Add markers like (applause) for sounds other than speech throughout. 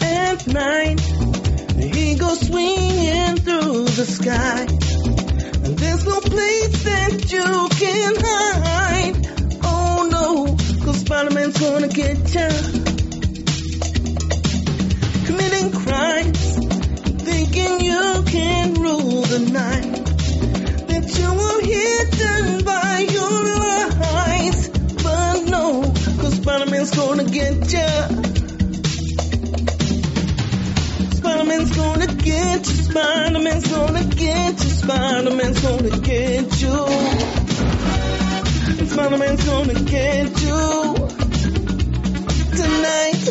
at night. The eagle swinging through the sky. And there's no place that you can hide. Oh no, cause Spider-Man's gonna get ya. Committing crimes, thinking you can rule the night. That you were hidden by your lies. But no, cause Spider-Man's gonna get ya. Spider-Man's gonna get you. Spider-Man's gonna get you. Spider-Man's gonna get you. Spider-Man's gonna get you tonight.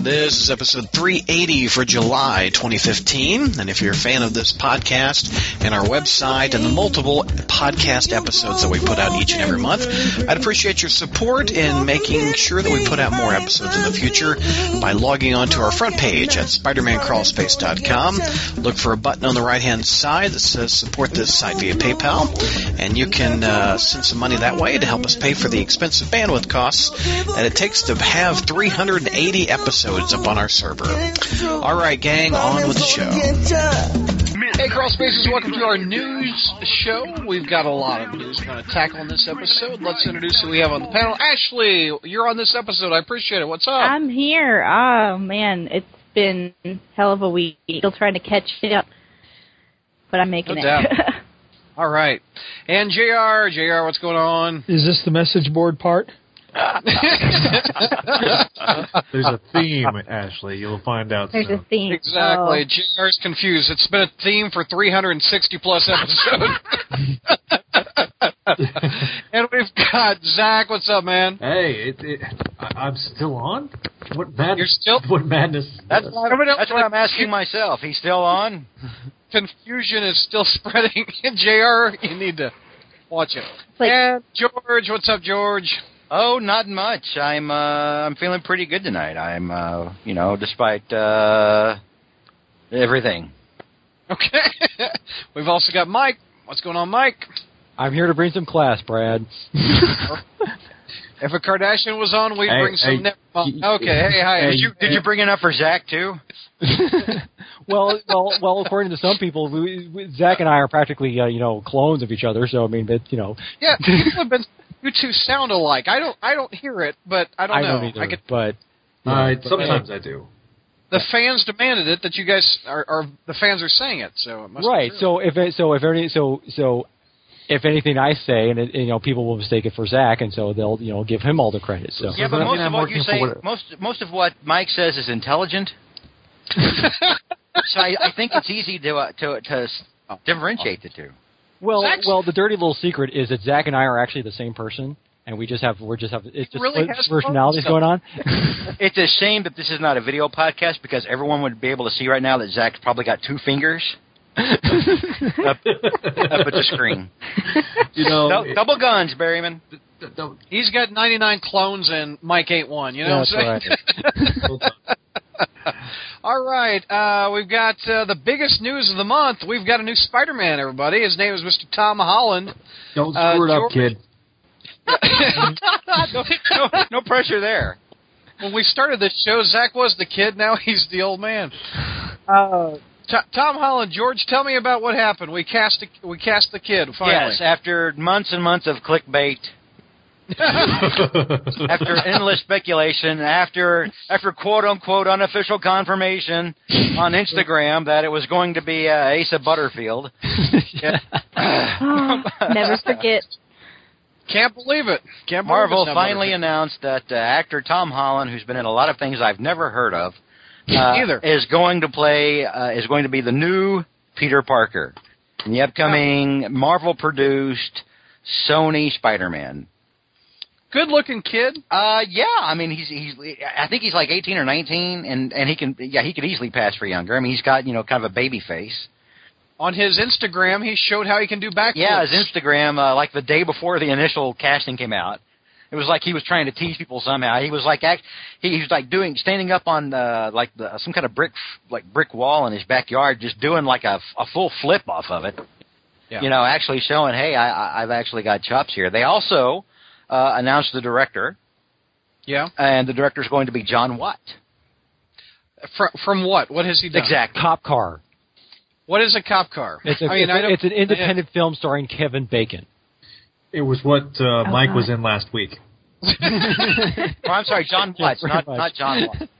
This is episode 380 for July 2015. And if you're a fan of this podcast and our website and the multiple podcast episodes that we put out each and every month, I'd appreciate your support in making sure that we put out more episodes in the future by logging onto our front page at SpidermanCrawlspace.com. Look for a button on the right hand side that says support this site via PayPal. And you can uh, send some money that way to help us pay for the expensive bandwidth costs that it takes to have 380 episodes episodes up on our server. All right, gang, on with the show. Hey, Crawl Spaces, welcome to our news show. We've got a lot of news kind of tackle on this episode. Let's introduce who we have on the panel. Ashley, you're on this episode. I appreciate it. What's up? I'm here. Oh man, it's been hell of a week. Still trying to catch up, but I'm making No it. doubt. All right. And JR, JR, what's going on? Is this the message (laughs) board part? There's a theme, Ashley. You'll find out (laughs) There's a soon. theme. Exactly. Oh. JR's confused. It's been a theme for 360 plus (laughs) episodes. (laughs) and we've got Zach. What's up, man? Hey, it, it, I, I'm still on. What madness? You're still- (laughs) What madness? Uh, is That's, this? (laughs) that's what I'm asking myself. He's still on? Confusion is still (laughs) spreading. JR, you need to watch it. It's like- and George, what's up, George? Oh, not much. I'm uh, I'm feeling pretty good tonight. I'm uh, you know, despite uh, everything. Okay. (laughs) we've also got Mike. What's going on, Mike? I'm here to bring some class, Brad. If a Kardashian was on, we'd Hey, bring some. hey, never mind. y- okay. Hey, hi. hey, Did you did you bring enough for Zach too? (laughs) well, well, well. According to some people, we, we, Zach and I are practically uh, you know clones of each other. So I mean, but you know, (laughs) yeah. People have been. You two sound alike. I don't. I don't hear it, but I don't I know. don't either. I could, but Uh, sometimes I do. the fans demanded it that you guys are, are. The fans are saying it, so it must right. Be true. So if it, so if any so so if anything I say and it, you know people will mistake it for Zach, and so they'll you know give him all the credit. So Yeah, but most Doesn't that mean of I'm what working you for say, what- most most of what Mike says is intelligent. (laughs) so I, I think it's easy to uh, to to s- differentiate the two. well, Zach's- well, the dirty little secret is that Zach and I are actually the same person. And we just have we're just have it's just really split has personalities going on. It's a shame that this is not a video podcast because everyone would be able to see right now that Zach's probably got two fingers up, up at the screen. You know, Dou- it- double guns, Berryman. d- don't- He's got 99 clones, and Mike ain't one. You know That's what I'm saying? (laughs) right. hold on. All right, uh, we've got uh, the biggest news of the month. We've got a new Spider-Man, everybody. His name is Mr. Tom Holland. Don't Uh, screw it up, George- kid. (laughs) no, no- no pressure there. When we started this show, Zach was the kid. Now he's the old man. Uh, T- Tom Holland, George, tell me about what happened. We cast a, we cast the kid finally. Yes, after months and months of clickbait, (laughs) (laughs) after endless speculation, after after quote unquote unofficial confirmation on Instagram that it was going to be uh, Asa Butterfield. Oh. (gasps) Never forget. Can't believe it. Can't believe Marvel it's not finally Butterfield. announced that uh, actor Tom Holland, who's been in a lot of things I've never heard (laughs) of, uh, Either. is going to play uh, is going to be the new Peter Parker in the upcoming Marvel produced Sony Spider-Man. good-looking kid. Uh, yeah. I mean, he's he's. I think he's like eighteen or nineteen, and and he can. Yeah, he could easily pass for younger. I mean, he's got you know kind of a baby face. On his Instagram, he showed how he can do backflips. Yeah, his Instagram, uh, like the day before the initial casting came out, it was like he was trying to tease people somehow. He was like act, he, he was like doing standing up on uh, like the, some kind of brick like brick wall in his backyard, just doing like a, a full flip off of it. Yeah. You know, actually showing, hey, I, I, I've actually got chops here. They also uh, announced the director, yeah. and the director's going to be John Watt. From, from what? What has he done? Exactly. (laughs) Cop Car. What is a cop car? It's, a, I mean, it's, I don't, it's an independent film starring Kevin Bacon. It was what uh, Mike was in last week. (laughs) (laughs) Oh, I'm sorry, (laughs) John Yeah, Watts, pretty not much. not John Watts.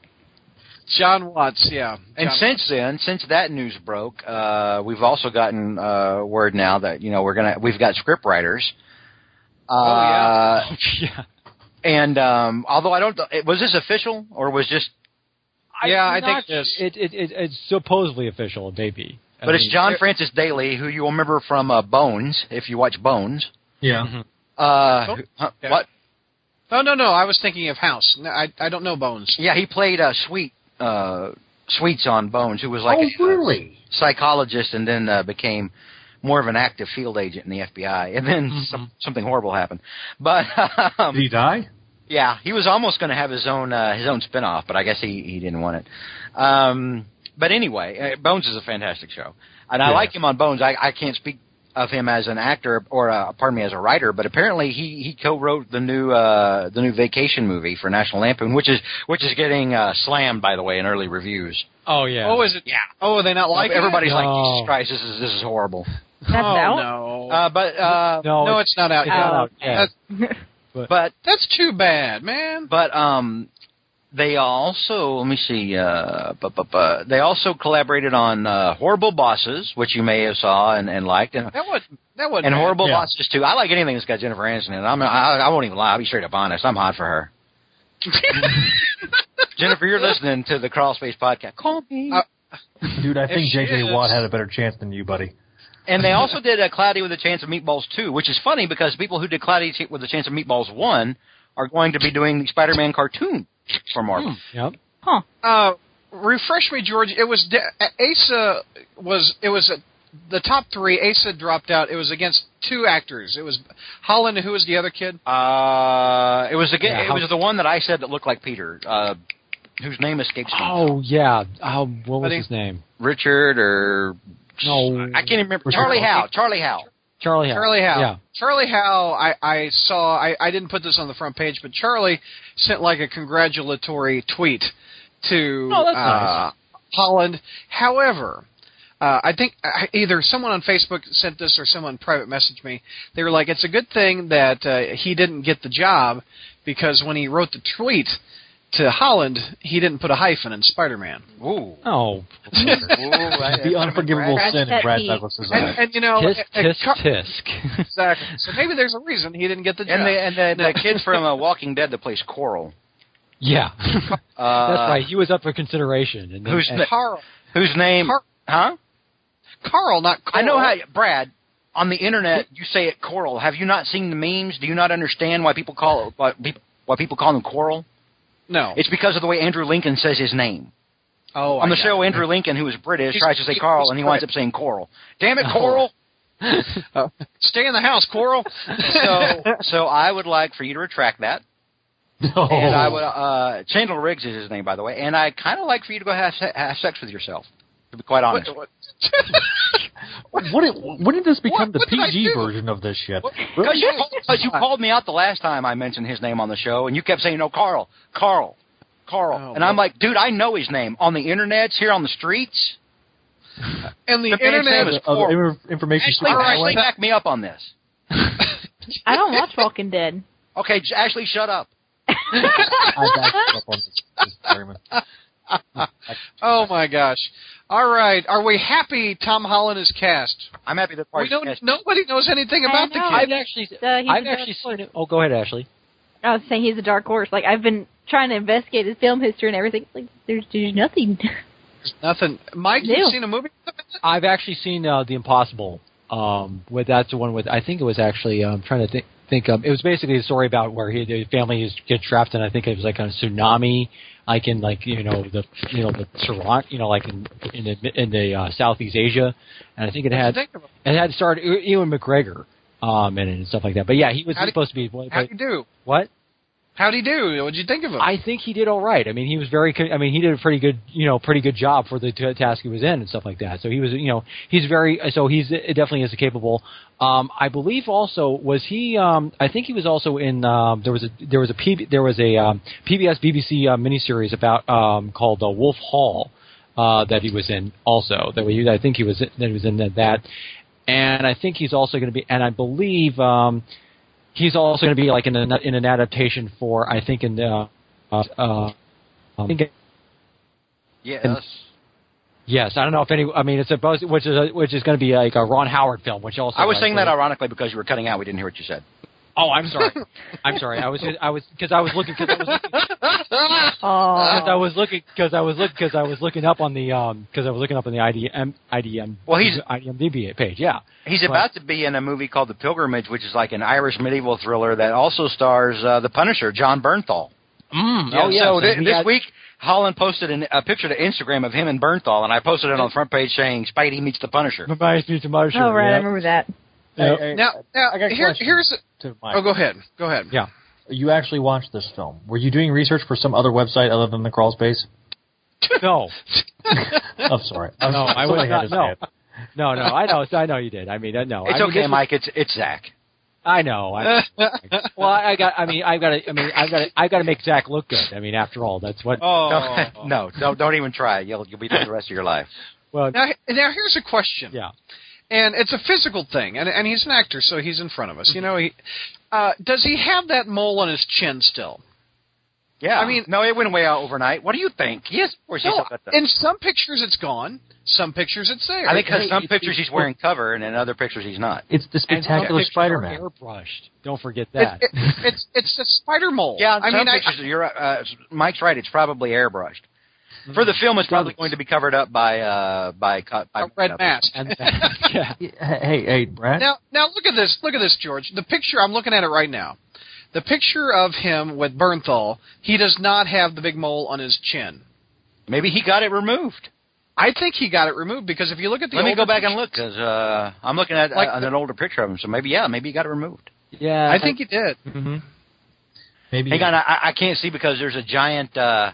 John Watts, yeah. And John- since then, since that news broke, uh, we've also gotten uh, word now that you know we're gonna we've got script writers. Uh, yeah. (laughs) yeah. And um, although I don't, was this official or was just? Yeah, I I'm think not- it is. It, it, it, it's supposedly official, maybe. I But it's mean, John there- Francis Daly, who you'll remember from uh, Bones, if you watch Bones. Yeah. Uh, who- huh, yeah. What? no, no, no. I was thinking of House. No, I, I don't know Bones. Yeah, he played uh, Sweet uh, Sweets on Bones, who was like a, oh, really? psychologist and then uh, became more of an active field agent in the FBI. And then some, something horrible happened. But (laughs) um, Did he die? Yeah, he was almost going to have his own uh, his own spinoff, but I guess he he didn't want it. Um, but anyway, uh, Bones is a fantastic show, and I Yeah. like him on Bones. I, I can't speak of him as an actor or uh, pardon me as a writer, but apparently he he co-wrote the new uh, the new Vacation movie for National Lampoon, which is which is getting uh, slammed by the way in early reviews. Oh, yeah. Oh, is it? Yeah. Oh, are they not like Everybody's like, No. Jesus Christ, this is this is horrible. It? That's oh out. no. Uh, but uh, no, no, it's, it's not out yet. it's not out. Yeah. That's, but that's too bad, man. But um, they also let me see. Uh, bu- bu- bu- they also collaborated on uh, Horrible Bosses, which you may have saw and, and liked, and, That was that was and Horrible Yeah. Bosses too. I like anything that's got Jennifer Aniston in it. I'm, I, I won't even lie. I'll be straight up honest. I'm hot (laughs) for her. Jennifer, you're listening to the Crawl Space podcast. Call me. Uh, Dude, I If think she J.J. Watt is- had a better chance than you, buddy. and they also did uh, Cloudy with a Chance of Meatballs too, which is funny because people who did Cloudy with a Chance of Meatballs one are going to be doing the Spider-Man cartoon for Hmm. Marvel. Yep. Uh, refresh me, George. It was de- Asa was it was uh the top three. Asa dropped out. It was against two actors. It was Holland. and Who was the other kid? Uh, it was the Yeah, it how- was the one that I said that looked like Peter, uh, whose name escapes me. Oh, yeah. Oh, what was Buddy. his name? Richard or No. I can't even remember. Richard. Charlie Howe. Charlie Howe. Charlie Howe. Charlie Howe. Yeah. Charlie Howe. I, I saw. I, I didn't put this on the front page, but Charlie sent like a congratulatory tweet to Oh, that's uh, nice. Holland. However, uh, I think uh, either someone on Facebook sent this or someone private messaged me. They were like, "It's a good thing that uh, he didn't get the job because when he wrote the tweet." To Holland, he didn't put a hyphen in Spider-Man, (laughs) Ooh. Oh, the unforgivable Brad- sin in Brad Brad Pitt. Douglas is and, and you know, tisk, uh, and- and Car- tisk, tisk. (laughs) exactly. So maybe there's a reason he didn't get the job. And the and the, the kid from uh, Walking Dead that plays Coral. yeah. Uh, (laughs) That's right. He was up for consideration. And then, who's and- the- Carl, Whose name? Car- huh? Carl, not Carl. I know how. Brad. On the internet, you say it Coral. Have you not seen the memes? Do you not understand why people call why people, why people call him Coral? No. It's because of the way Andrew Lincoln says his name. oh, on I the got show, Andrew Lincoln, who is British, He's- tries to say he's Carl, and he winds up British. (laughs) saying Coral. Damn it, Coral! (laughs) it. Stay in the house, Coral. So, so I would like for you to retract that, No. Oh. and I would. Uh, Chandler Riggs is his name, by the way, and I kind of like for you to go have, se- have sex with yourself. To be quite honest, (laughs) What it, when did this become What- the what did I PG do? version of this shit? What- because you, Really? because you called me out the last time I mentioned his name on the show, and you kept saying, "No, Carl, Carl, Carl," Oh, and I'm like, "Dude, I know his name on the internet's here on the streets." (laughs) and uh, the, The man's internet name is Of Coral. inf- information Ashley, Ashley, back me up on this. I don't watch Walking Dead. Okay, J- Ashley, shut up. (laughs) I backed up on this- this experiment. Oh my gosh! All right, are we happy? Tom Holland is cast. I'm happy that We Parks don't. Casting- Nobody knows anything I about know. the kid. I've actually, Uh, he's I've a actually dark seen it. Oh, go ahead, Ashley. I was saying he's a dark horse. Like I've been trying to investigate his film history and everything. Like there's there's nothing. Nothing. Mike, Ew. you've seen a movie? I've actually seen uh, The Impossible. Um, with that's the one with I think it was actually um, trying to think. Think um, it was basically a story about where he, the family is get trapped, and I think it was like on a tsunami, like in like you know the you know the Saran, you know like in in the, in the uh, Southeast Asia, and I think it had Think of it. it had starred E- Ewan McGregor um, in it and stuff like that. But yeah, he was How do- supposed to be. But, How do you do? what? How'd he do? What'd you think of him? I think he did all right. I mean, he was very. co- I mean, he did a pretty good, you know, pretty good job for the t- task he was in and stuff like that. So he was, you know, he's very. So he's it definitely is capable. Um, I believe also was he. Um, I think he was also in. Um, there was a there was a PB, there was a um, PBS BBC uh, miniseries about um, called uh, Wolf Hall uh, that he was in also. That we, I think he was that he was in that, and I think he's also going to be. And I believe. Um, he's also going to be like in an in an adaptation for I think in uh, uh, uh I think Yes. yes I don't know if any I mean it's supposed which is a, which is going to be like a Ron Howard film which also I was like, saying that ironically because you were cutting out. We didn't hear what you said. oh I'm sorry I'm sorry I was I was because I was looking because I was looking, Oh, cause I was looking because I was looking because I was looking up on the um because I was looking up on the IDM IDM Well, he's- IDMDB page yeah He's Right. about to be in a movie called The Pilgrimage, which is like an Irish medieval thriller that also stars uh, the Punisher, John Bernthal. mm, Yeah, oh yeah So thi- we this got- week, Holland posted an, a picture to Instagram of him and Bernthal, and I posted it on the front page saying Spidey meets the Punisher. reminds me to Marshall, oh right, I yeah. remember that. Hey, Yep. hey, now, now I got a here, question. here's. to Mike. Oh, go ahead. Go ahead. yeah You actually watched this film. Were you doing research for some other website other than the crawl space? no I'm sorry. I'm No, sorry. I (laughs) was Somebody had not- to say no. it. no no I know I know you did I mean I know It's I mean, okay, this was- Mike. It's it's Zach. I (laughs) know. I, well, I got. I mean, I've got to. I mean, I've got. To, I've got to make Zach look good. I mean, after all, that's what. Oh. (laughs) no, don't don't even try. You'll you'll be there the rest of your life. Well, Now, now here's a question. yeah. and it's a physical thing and and he's an actor so he's in front of us you know Mm-hmm. he uh does he have that mole on his chin still Yeah, I mean- no, it went away out overnight. What do you think? Yes, of course. he's no still got the- in some pictures it's gone some pictures it's there I think 'cause Hey, some it- pictures it's- he's wearing cover, and in other pictures he's not. It's the And some spectacular pictures are Spider-Man. Airbrushed. Don't forget It- that. it- it's it's a spider mole Yeah, in i some mean pictures you're uh, Mike's right. It's probably airbrushed. For the film, it's probably going to be covered up by uh by, co- by I, Mm-hmm. a red uh, mask and (laughs) yeah. (laughs) Hey, hey, Brad. now now look at this look at this george the picture i'm looking at it right now the picture of him with Bernthal, he does not have the big mole on his chin. Maybe he got it removed. I think he got it removed because if you look at the Let me older go back and pictures- look because uh, I'm looking at Like uh, the- an older picture of him. So maybe yeah, maybe he got it removed. yeah. I think he did. Mm-hmm. Maybe. Hang on, I, I can't see because there's a giant uh,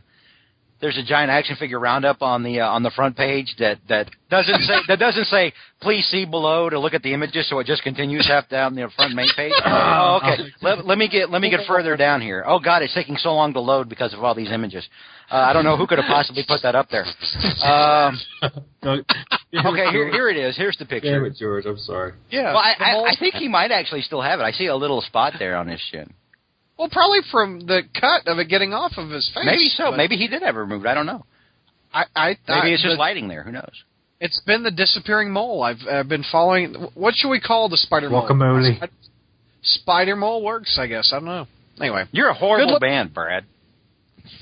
there's a giant action figure roundup on the uh, on the front page that that doesn't say that doesn't say please see below to look at the images, so it just continues half down the front main page. Oh, okay. Let, let me get let me get further down here. Oh God, it's taking so long to load because of all these images. Uh, I don't know who could have possibly put that up there. Um, (laughs) okay, here here it is. Here's the Damn picture. it, George. I'm sorry. Yeah. Well, I, the I, mole- I think he might actually still have it. I see a little spot there on his shin. Well, probably from the cut of it getting off of his face. Maybe so. but Maybe he did have it removed. I don't know. I, I I- Maybe it's just but lighting there. Who knows? it's been the disappearing mole. I've uh, been following. What should we call the spider mole? Guacamole. Spider- Spider mole works, I guess. I don't know. Anyway, You're a horrible Good luck- man, Brad.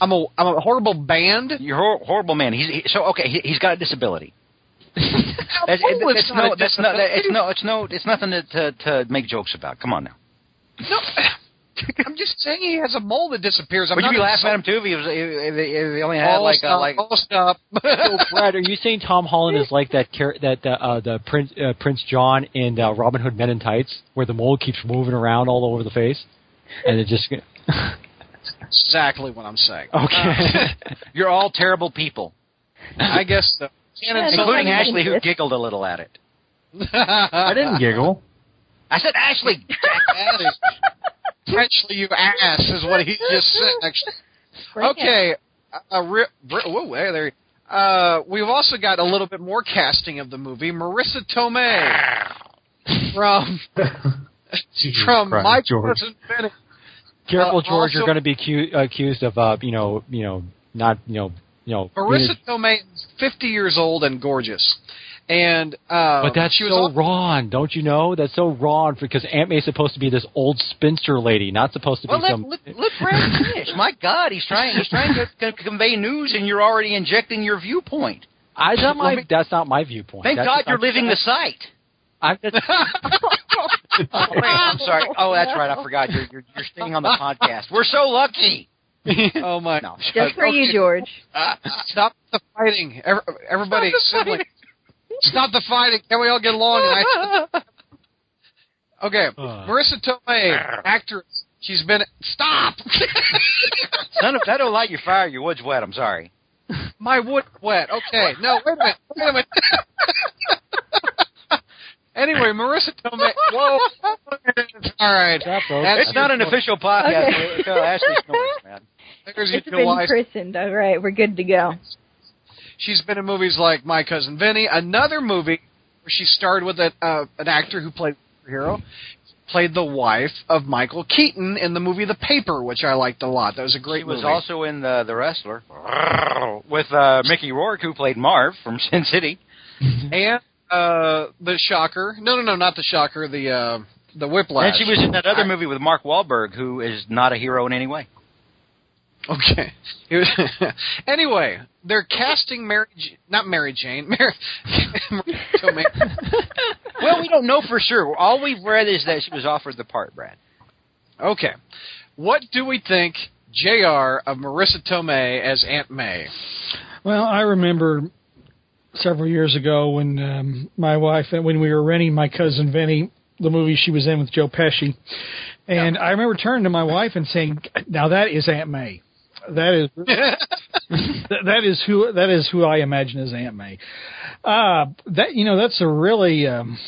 I'm a I'm a horrible band. You're a hor- horrible man. He's he, so okay. He, he's got a disability. That's, Oh, it's that's not no, a that's no, that- it's no, it's no, it's nothing to, to to make jokes about. Come on now. No, (laughs) I'm just saying he has a mole that disappears. I'm Would you not be laughing at insulting- him too if he, was, if, if he only had Oh, like a, stop. like? Oh, stop. (laughs) So, Brad, are you saying Tom Holland is like that char- that uh, uh, the Prince uh, Prince John in uh, Robin Hood Men in Tights, where the mole keeps moving around all over the face, and it just (laughs) exactly what I'm saying. okay. (laughs) You're all terrible people, I guess uh, so. Can't Yeah, insult- including like Ashley, who this. giggled a little at it. (laughs) I I didn't (laughs) giggle. (laughs) I said, Ashley, ass. Actually, you ass is what he just said. Actually, okay. A, a re- br- whoa, hey, there. Uh, we've also got a little bit more casting of the movie. Marissa Tomei from Jesus from Christ, My George. Cousin Vinny. Careful, Uh, George. you're also- going to be cu- accused of, uh, you know, you know, not, you know, you know. Marissa Tomei is 50 years old and gorgeous, and uh, but that's she was Oh. so al- wrong, don't you know? That's so wrong because Aunt May's supposed to be this old spinster lady, not supposed to (laughs) be Well, let, some. let, let Brad finish. My God, he's trying. He's trying to, to convey news, and you're already injecting your viewpoint. I, that's, not let my, me- that's not my viewpoint. Thank That's God just- you're I'm- leaving the site. I'm just- Oh, wait, I'm sorry. Oh, that's right. I forgot. You're you're, you're staying on the podcast. We're so lucky. oh my! No. Just for you, Okay. George. (laughs) Stop the fighting, Ev- everybody! Stop the sibling. Stop the fighting! Can we all (laughs) get along? And I- Okay, Marissa Tomei, actress. She's been stop. (laughs) Son of that don't light your fire, your wood's wet. I'm sorry. My wood wet. Okay, no, wait a minute. Wait a minute. (laughs) anyway, Marissa Tomei. Whoa. (laughs) All right. That's all. That's It's not an official podcast. Okay. (laughs) but, uh, Ashley (laughs) snores, man. There's your It's been July. christened. All right, we're good to go. She's been in movies like My Cousin Vinny, another movie where she starred with a, uh, an actor who played a superhero, played the wife of Michael Keaton in the movie The Paper, which I liked a lot. That was a great She was movie. also in the the wrestler with uh, Mickey Rourke, who played Marv from (laughs) Sin City. and uh, The Shocker. No, no, no, not The Shocker. The uh, the Whiplash. And she was in that other movie with Mark Wahlberg, who is not a hero in any way. Okay. It was- anyway, they're casting Mary, J- not Mary Jane, Mary, Maria Tomei. Well, we don't know for sure. All we've read is that she was offered the part, Brad. Okay. What do we think, Jr. of Marissa Tomei as Aunt May? Well, I remember several years ago when um, my wife, when we were renting my cousin Vinny, the movie she was in with Joe Pesci, and I remember turning to my wife and saying, "Now that is Aunt May. That is (laughs) that that is who that is who I imagine as Aunt May. Uh, that you know that's a really um,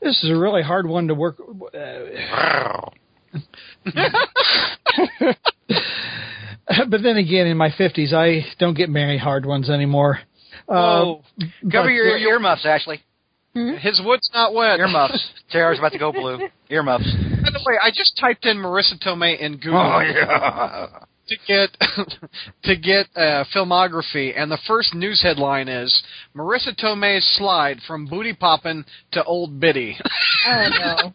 this is a really hard one to work. uh, (laughs) But then again, in my fifties, I don't get many hard ones anymore. Uh, Oh, cover but- your earmuffs, Ashley. His wood's not wet. Earmuffs. Tara's about to go blue. Earmuffs. By the way, I just typed in Marissa Tomei in Google yeah. to get (laughs) to get uh, filmography, and the first news headline is Marissa Tomei's slide from booty poppin' to old biddy. (laughs)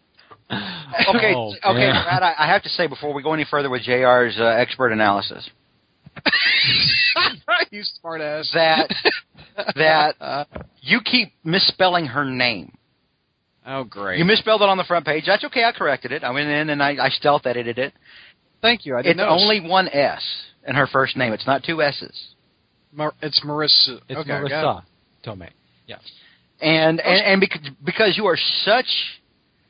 Oh no. Okay, (laughs) Oh, okay, man. Brad. I, I have to say before we go any further with Jr's uh, expert analysis you smartass. (laughs) that that you keep misspelling her name. oh, great. You misspelled it on the front page. That's okay. I corrected it. I went in and I, I stealth edited it. Thank you. I It's didn't notice. only one S in her first name. It's not two S's. Mar- it's Marissa. It's okay, I got it. Marissa Tomei. And Oh, and, and because, because you are such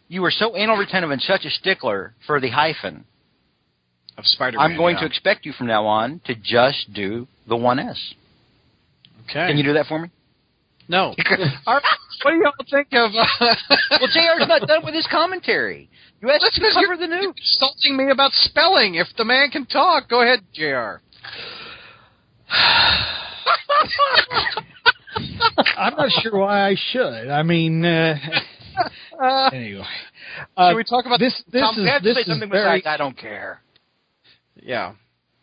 you are so anal retentive and such a stickler for the hyphen, Of Spider-Man. I'm going yeah. to expect you from now on to just do the one S. Okay. Can you do that for me? no. All right. What do y'all think of? Uh, (laughs) Well, Jr's not done with his commentary. You asked us to Listeners, cover the news. insulting me about spelling. If the man can talk, go ahead, Jr. I'm not sure why I should. I (laughs) mean, uh, anyway. Uh, Should we talk about this? This Tom, is you have to this say is something very besides "I don't care." Yeah.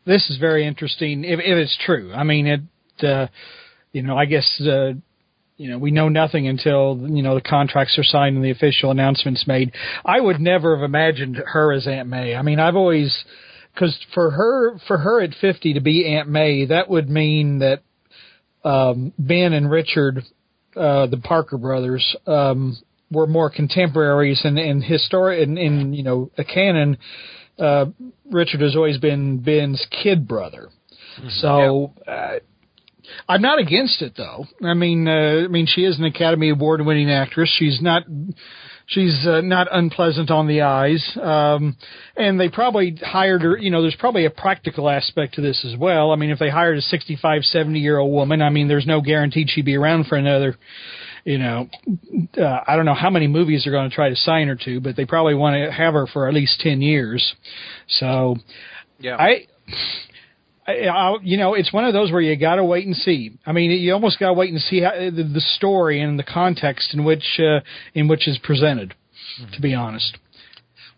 this is very interesting if, if it's true. I mean, it uh, you know I guess uh, you know we know nothing until you know the contracts are signed and the official announcements made. I would never have imagined her as Aunt May. I mean, I've always because for her for her at fifty to be Aunt May that would mean that um, Ben and Richard, uh, the Parker brothers. Um, were more contemporaries and and historic and in you know a canon uh, Richard has always been Ben's kid brother. So uh, I'm not against it though. I mean, uh, I mean she is an Academy Award winning actress. She's not she's uh, not unpleasant on the eyes. Um, and they probably hired her, you know, there's probably a practical aspect to this as well. I mean, if they hired a 65, 70 year old woman, I mean, there's no guarantee she'd be around for another you know, uh, I don't know how many movies they're going to try to sign her to, but they probably want to have her for at least ten years. So, Yeah. I, I, I you know, it's one of those where you got to wait and see. I mean, you almost got to wait and see how, the, the story and the context in which uh, in which is presented. To be honest,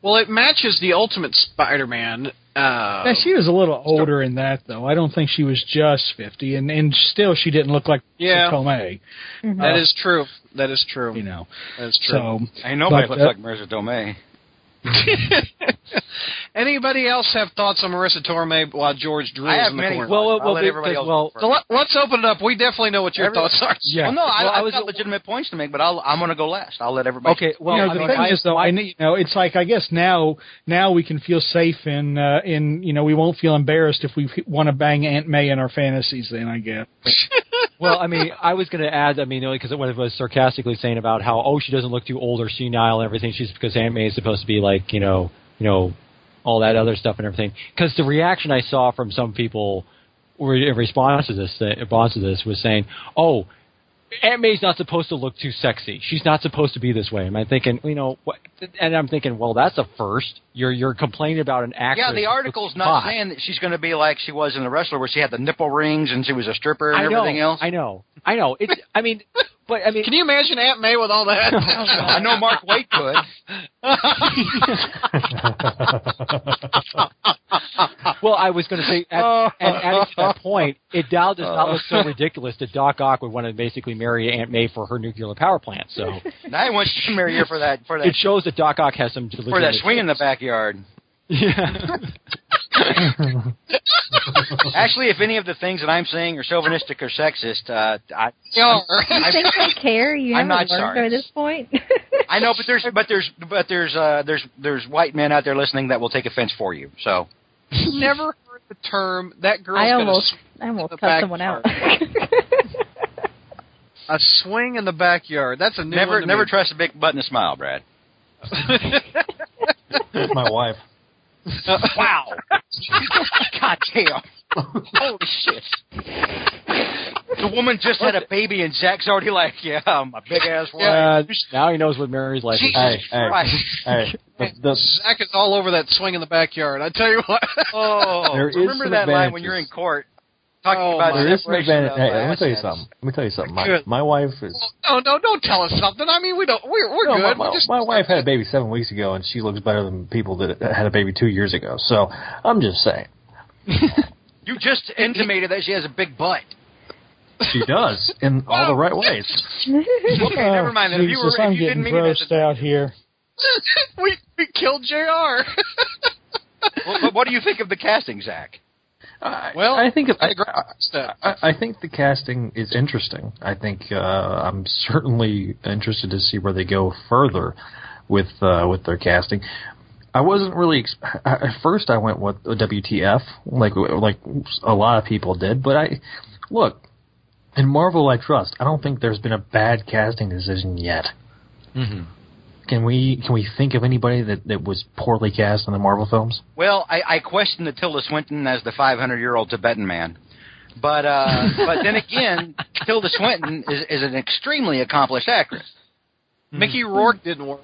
well, it matches the Ultimate Spider-Man. Uh, now, she was a little older in that though. I don't think she was just fifty, and and still she didn't look like Yeah. Tomei. that is true. That is true. You know, that is true. so Ain't nobody But, looks like uh, Marissa Tomei. Anybody else have thoughts on Marissa Tomei while George drools I have in the many. corner? Well, well, I'll well, let everybody else because- well, go first. so let, let's open it up. We definitely know what your Everyone- thoughts (laughs) are. Yeah. Well, no, I, Well, I I've was- got legitimate points to make, but I'll, I'm going to go last. I'll let everybody. Okay, well, you know, I the mean, thing I- is, though, my- I, kn- you know, it's like I guess now, now we can feel safe in, uh, in you know, we won't feel embarrassed if we want to bang Aunt May in our fantasies. Then I guess. well, I mean, I was going to add, I mean, because what I was sarcastically saying about how, oh, she doesn't look too old or senile and everything. She's because Aunt May is supposed to be like, you know, you know, all that other stuff and everything. Because the reaction I saw from some people re- in response to this, in response to this, was saying, "Oh, Aunt May's not supposed to look too sexy. She's not supposed to be this way." And I'm thinking, you know, what? And I'm thinking, well, that's a first. You're you're complaining about an actress. Yeah, the who article's looks not hot. saying that she's going to be like she was in the wrestler, where she had the nipple rings and she was a stripper and I know, everything else. I know. I know. It's. I mean, but (laughs) I mean, Can you imagine Aunt May with all (laughs) that? I know Mark Wade could. Well, I was going to say, at, (laughs) Oh. and adding to (laughs) that point, it now does Oh. not look so ridiculous that Doc Ock would want to basically marry Aunt May for her nuclear power plant. So (laughs) Now he wants to marry her for that for that it shows that Doc Ock has some for that delusions. swing in the backyard. (laughs) (laughs) Yeah. Actually, if any of the things that I'm saying are chauvinistic or sexist, uh, I, You think they care? You I'm haven't not learned by sorry. this point. (laughs) I know, but there's but there's but there's uh, there's there's white men out there listening that will take offense for you. So Never heard the term. That girl's I gonna almost, swing I the almost back cut someone out. (laughs) a swing in the backyard. That's a new one never to never me. trust a big butt and a smile, Brad. That's my wife. Uh, (laughs) wow. God damn. Holy shit. The woman just had a baby and Zach's already like, yeah, I'm a big ass woman. Uh, now he knows what Mary's like. Jesus Hey, hey. Christ. Hey, the, the, (laughs) Zach is all over that swing in the backyard. I tell you what. (laughs) Oh, There is remember some that line when advantages. you're in court talking Oh, about my- there is an separation advantage. of Hey, let me tell you assets. something. Let me tell you something. My, Good. my wife is. Oh no! Don't tell us something. I mean, we don't. We're we're No, my, good. my, we just, my wife had a baby seven weeks ago, and she looks better than people that had a baby two years ago. So I'm just saying, You just intimated that she has a big butt. she does in all the right ways. Okay, never mind. Then. If you, were, Oh, Jesus, if I'm you getting didn't mean it, as grossed a- out here. we, we killed Jr. what, what do you think of the casting, Zach? I- Well, I think I, agree with that. I, I think the casting is interesting. I think uh, I'm certainly interested to see where they go further with uh, with their casting. I wasn't really ex- I- at first. I went with WTF, like like a lot of people did. But I look in Marvel, I trust. I don't think there's been a bad casting decision yet. Mm-hmm. Can we can we think of anybody that, that was poorly cast in the Marvel films? Well, I, I questioned the Tilda Swinton as the 500 year old Tibetan man, but (laughs) uh, but then again, Tilda Swinton is, is an extremely accomplished actress. Hmm. Mickey Rourke didn't work.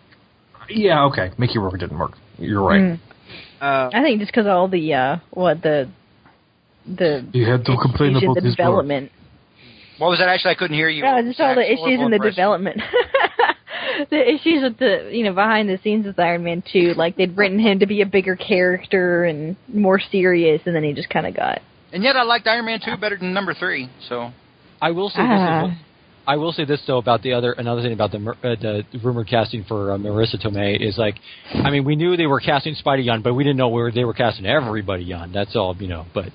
Yeah, okay. Mickey Rourke didn't work. You're right. Uh, I think just because all the uh, what the the You had to complain issues in about the this work. development. What was that? Actually, I couldn't hear you. No, just all the Zach. issues in the Horrible development. (laughs) the issues with the you know behind the scenes with Iron Man two, like they'd written him to be a bigger character and more serious, and then he just kind of got. (laughs) impression. And yet, I liked Iron Man two better than number three. So I will say this. Ah. is- I will say this though about the other another thing about the mer- uh, the rumored casting for uh, Marissa Tomei is like, I mean, we knew they were casting Spidey Young, but we didn't know where they were casting everybody Young. That's all, you know. But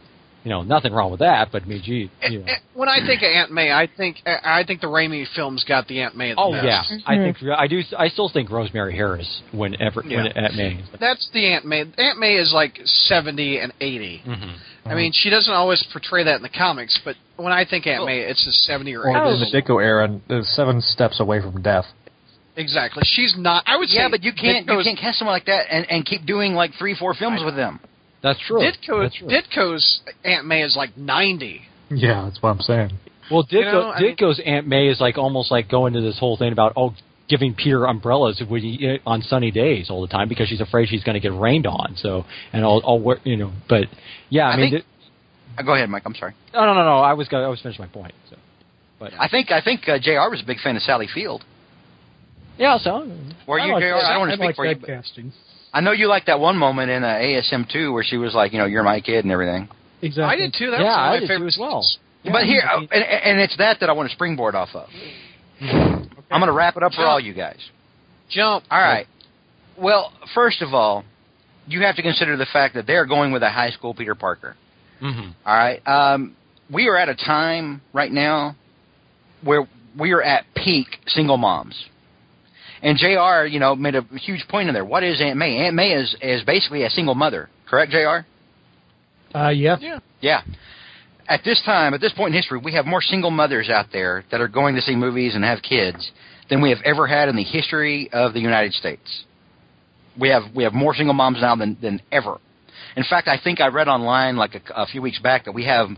you know, nothing wrong with that. But I mean, gee, you know. eh, when I think of Aunt May, I think eh, I I think the Raimi films got the Aunt May. the Oh best. yeah, I think I do. I still think Rosemary Harris whenever when at May. That's the Aunt May. Aunt May is like seventy and 80 I mean, she doesn't always portray that in the comics, but when I think Aunt Oh. May, it's the seventy or Or eighty. there's a Dicko era, uh, seven steps away from death. Exactly. She's not. I would say. yeah, but you can't you Ditko's- can't cast someone like that and, and keep doing like three four films with them. That's true. Ditko, That's true. Ditko's Aunt May is like ninety. Yeah, that's what I'm saying. well, Ditko, know, I mean- Ditko's Aunt May is like almost like going to this whole thing about oh giving Peter umbrellas when he, uh, on sunny days all the time because she's afraid she's going to get rained on. So and all, all wor- you know, but yeah, I, I mean, think- Uh, Go ahead, Mike. I'm sorry. Dit- no, no, no, no. I was gonna, I was finished my point. So. I think I think uh, Jr. was a big fan of Sally Field. Yeah, so Were you, I like Jr.? that- I don't want to I speak like for you. that but- casting. I know you like that one moment in uh, ASM two where she was like, you know, you're my kid and everything. Exactly. I did too. That yeah, was one I of my did too favorite as well. scenes. but here, uh, and, and it's that that I want to springboard off of. I'm going to wrap it up for all you guys. Jump. All right. Well, first of all, you have to consider the fact that they're going with a high school Peter Parker. oh. Mm-hmm. All right. Um, we are at a time right now where we are at peak single moms. And JR, you know, made a huge point in there. What is Aunt May? Aunt May is, is basically a single mother, correct, JR? Uh, yeah. Yeah. At this time, at this point in history, we have more single mothers out there that are going to see movies and have kids than we have ever had in the history of the United States. we have we have more single moms now than than ever. In fact, I think I read online like a, a few weeks back that we have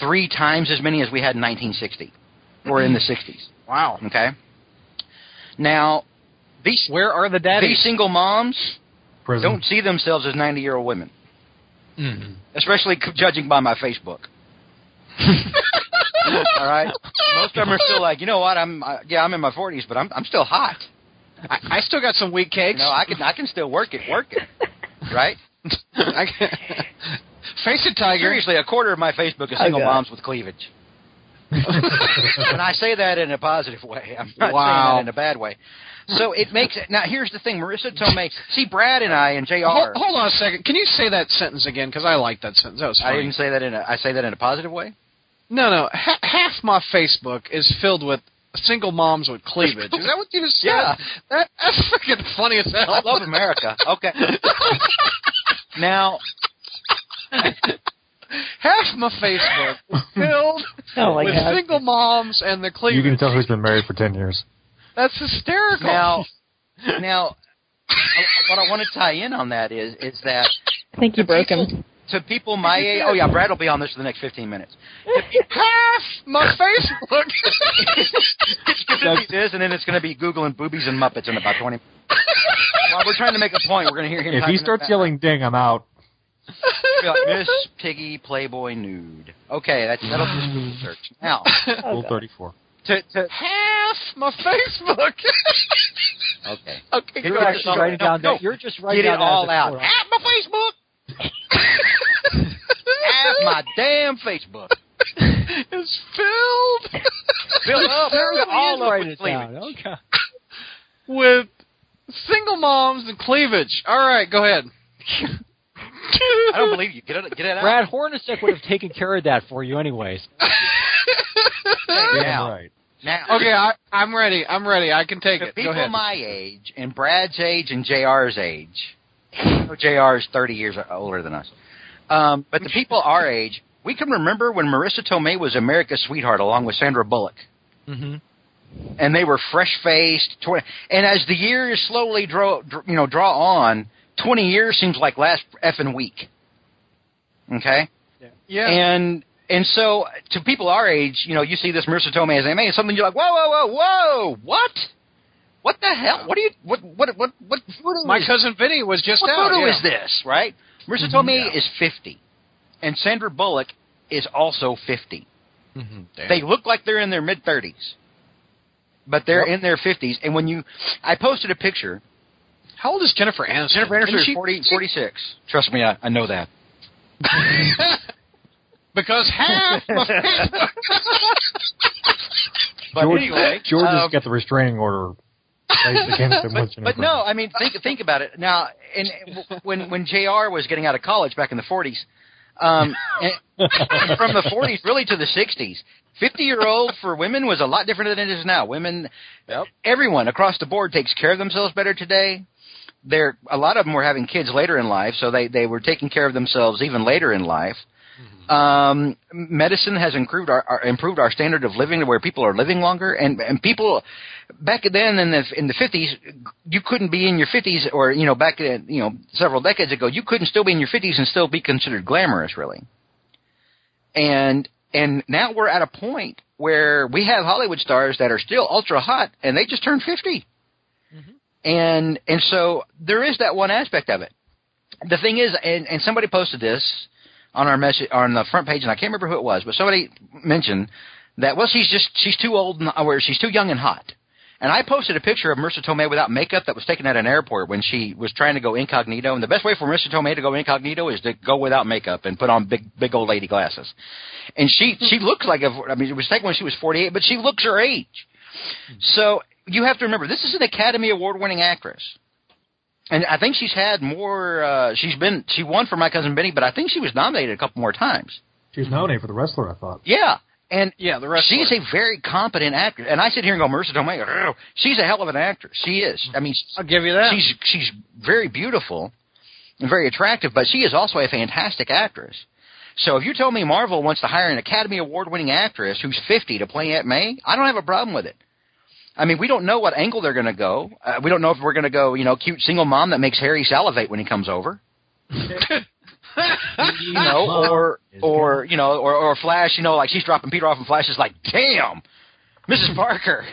three times as many as we had in 1960 or in the 60s. Wow. Okay. Now, these Where are the these daddies? single moms Prison. don't see themselves as 90 year old women, especially c- judging by (laughs) my Facebook. All right, most of them are still like, you know what? I'm I, yeah, I'm in my 40s, but I'm I'm still hot. I, I still got some weak You (laughs) cakes. know, I can I can still work it, work it, right? I can- Face it, Tiger. Seriously, a quarter of my Facebook is single God. moms with cleavage. (laughs) Mm-hmm. and I say that in a positive way. I'm not Wow. saying that in a bad way. So it makes it now. Here's the thing, Marissa Tomei. See, Brad and I and Jr. Hold, hold on a second. Can you say that sentence again? Because I like that sentence. That was I funny. didn't say that in a. I say that in a positive way. No, no. Ha- half my Facebook is filled with single moms with cleavage. Is that what you just said? Yeah. That, that's freaking funny as hell. I love America. Okay. now, (laughs) half my Facebook is filled Oh my with God. single moms and their (laughs) You cleavage. can tell who's been married for ten years. That's hysterical. now, now, (laughs) I- what I want to tie in on that is is that I think you broke him. to people my age. (laughs) Oh yeah, Brad will be on this for the next 15 (laughs) minutes. half my Facebook. (laughs) it's going to be this, and then it's going to be googling boobies and Muppets in about (laughs) 20. While we're trying to make a point, we're going to hear him. If he typing starts it back. (laughs) yelling "ding," I'm out. Be like, Miss Piggy Playboy nude. Okay, that's that'll just Google search. (laughs) Now, Oh, Rule thirty-four. to, to half my (laughs) Facebook. okay, okay, You're go You're ahead. actually writing down No, that- You're (laughs) just get writing it down that as all a out. quote. At my Facebook. (laughs) At my damn (laughs) Facebook. It's filled (laughs) Fill Oh, up all Write over it with down. cleavage. Okay. with single moms and cleavage. All right, go (laughs) ahead. I don't believe you. Get it, get it out. Brad Hornacek would have taken care of that for you, anyways. Damn now. right. Now, Okay, I, I'm ready. I'm ready. I can take to it. Go people ahead. my age and Brad's age and JR's age. I know JR's 30 years older than us. Um, but the people our age, we can remember when Marissa Tomei was America's sweetheart along with Sandra Bullock. Mm-hmm. Mhm. And they were fresh faced. Tw- and as the years slowly draw, dr- you know, draw on, 20 years seems like last effing week. Okay? yeah. And and so to people our age, you know, you see this Marissa Tomei as Amy, and suddenly you're like, whoa, whoa, whoa, whoa, what? What the hell? What are you? What what what what voodoo my is? cousin Vinny was just what out. voodoo yeah. is this? Right? Marissa Tomei is fifty, and Sandra Bullock is also fifty. They look like they're in their mid thirties, but they're in their fifties. And when you, I posted a picture. How old is Jennifer Aniston? Jennifer Aniston Didn't is she- 40, she- 46. Trust me, I, I know that. because (laughs) half. my- But George, anyway, George um, has got the restraining order (laughs) placed against him. but, once and but for no, I mean, think think about it now. And w- when when Jr. was getting out of college back in the forties, um, and- and from the forties really to the sixties, fifty year old for women was a lot different than it is now. Women, everyone across the board takes care of themselves better today. They're a lot of them were having kids later in life, so they they were taking care of themselves even later in life. Um, medicine has improved our, our improved our standard of living to where people are living longer, and and people back then in the in the fifties, you couldn't be in your fifties, or you know, back in, you know several decades ago, you couldn't still be in your fifties and still be considered glamorous, really. And and now we're at a point where we have Hollywood stars that are still ultra hot, and they just turned 50 And and so there is that one aspect of it. The thing is, and, and somebody posted this on our message on the front page, and I can't remember who it was, but somebody mentioned that well, she's just she's too old, and, or she's too young and hot. And I posted a picture of Marissa Tomei without makeup that was taken at an airport when she was trying to go incognito. And the best way for Marissa Tomei to go incognito is to go without makeup and put on big, big old lady glasses. And she she looks like a. I mean, it was taken when she was 48, but she looks her age. So you have to remember, this is an Academy Award winning actress. And I think she's had more. Uh, she's been she won for My Cousin Benny, but I think she was nominated a couple more times. She was nominated for the wrestler. I (laughs) thought. Yeah, and yeah, the rest. She's a very competent actress, and I sit here and go, Marissa Tomei. "Ugh, She's a hell of an actress. She is. I mean, I'll give you that. she's she's very beautiful and very attractive, but she is also a fantastic actress. So if you tell me Marvel wants to hire an Academy Award winning actress who's 50 to play Aunt May, I don't have a problem with it. I mean, we don't know what angle they're going to go. Uh, we don't know if we're going to go, you know, cute single mom that makes Harry salivate when he comes over. you know, or or you know, or or Flash, you know, like she's dropping Peter off, and Flash is like, "Damn, Mrs. Parker,"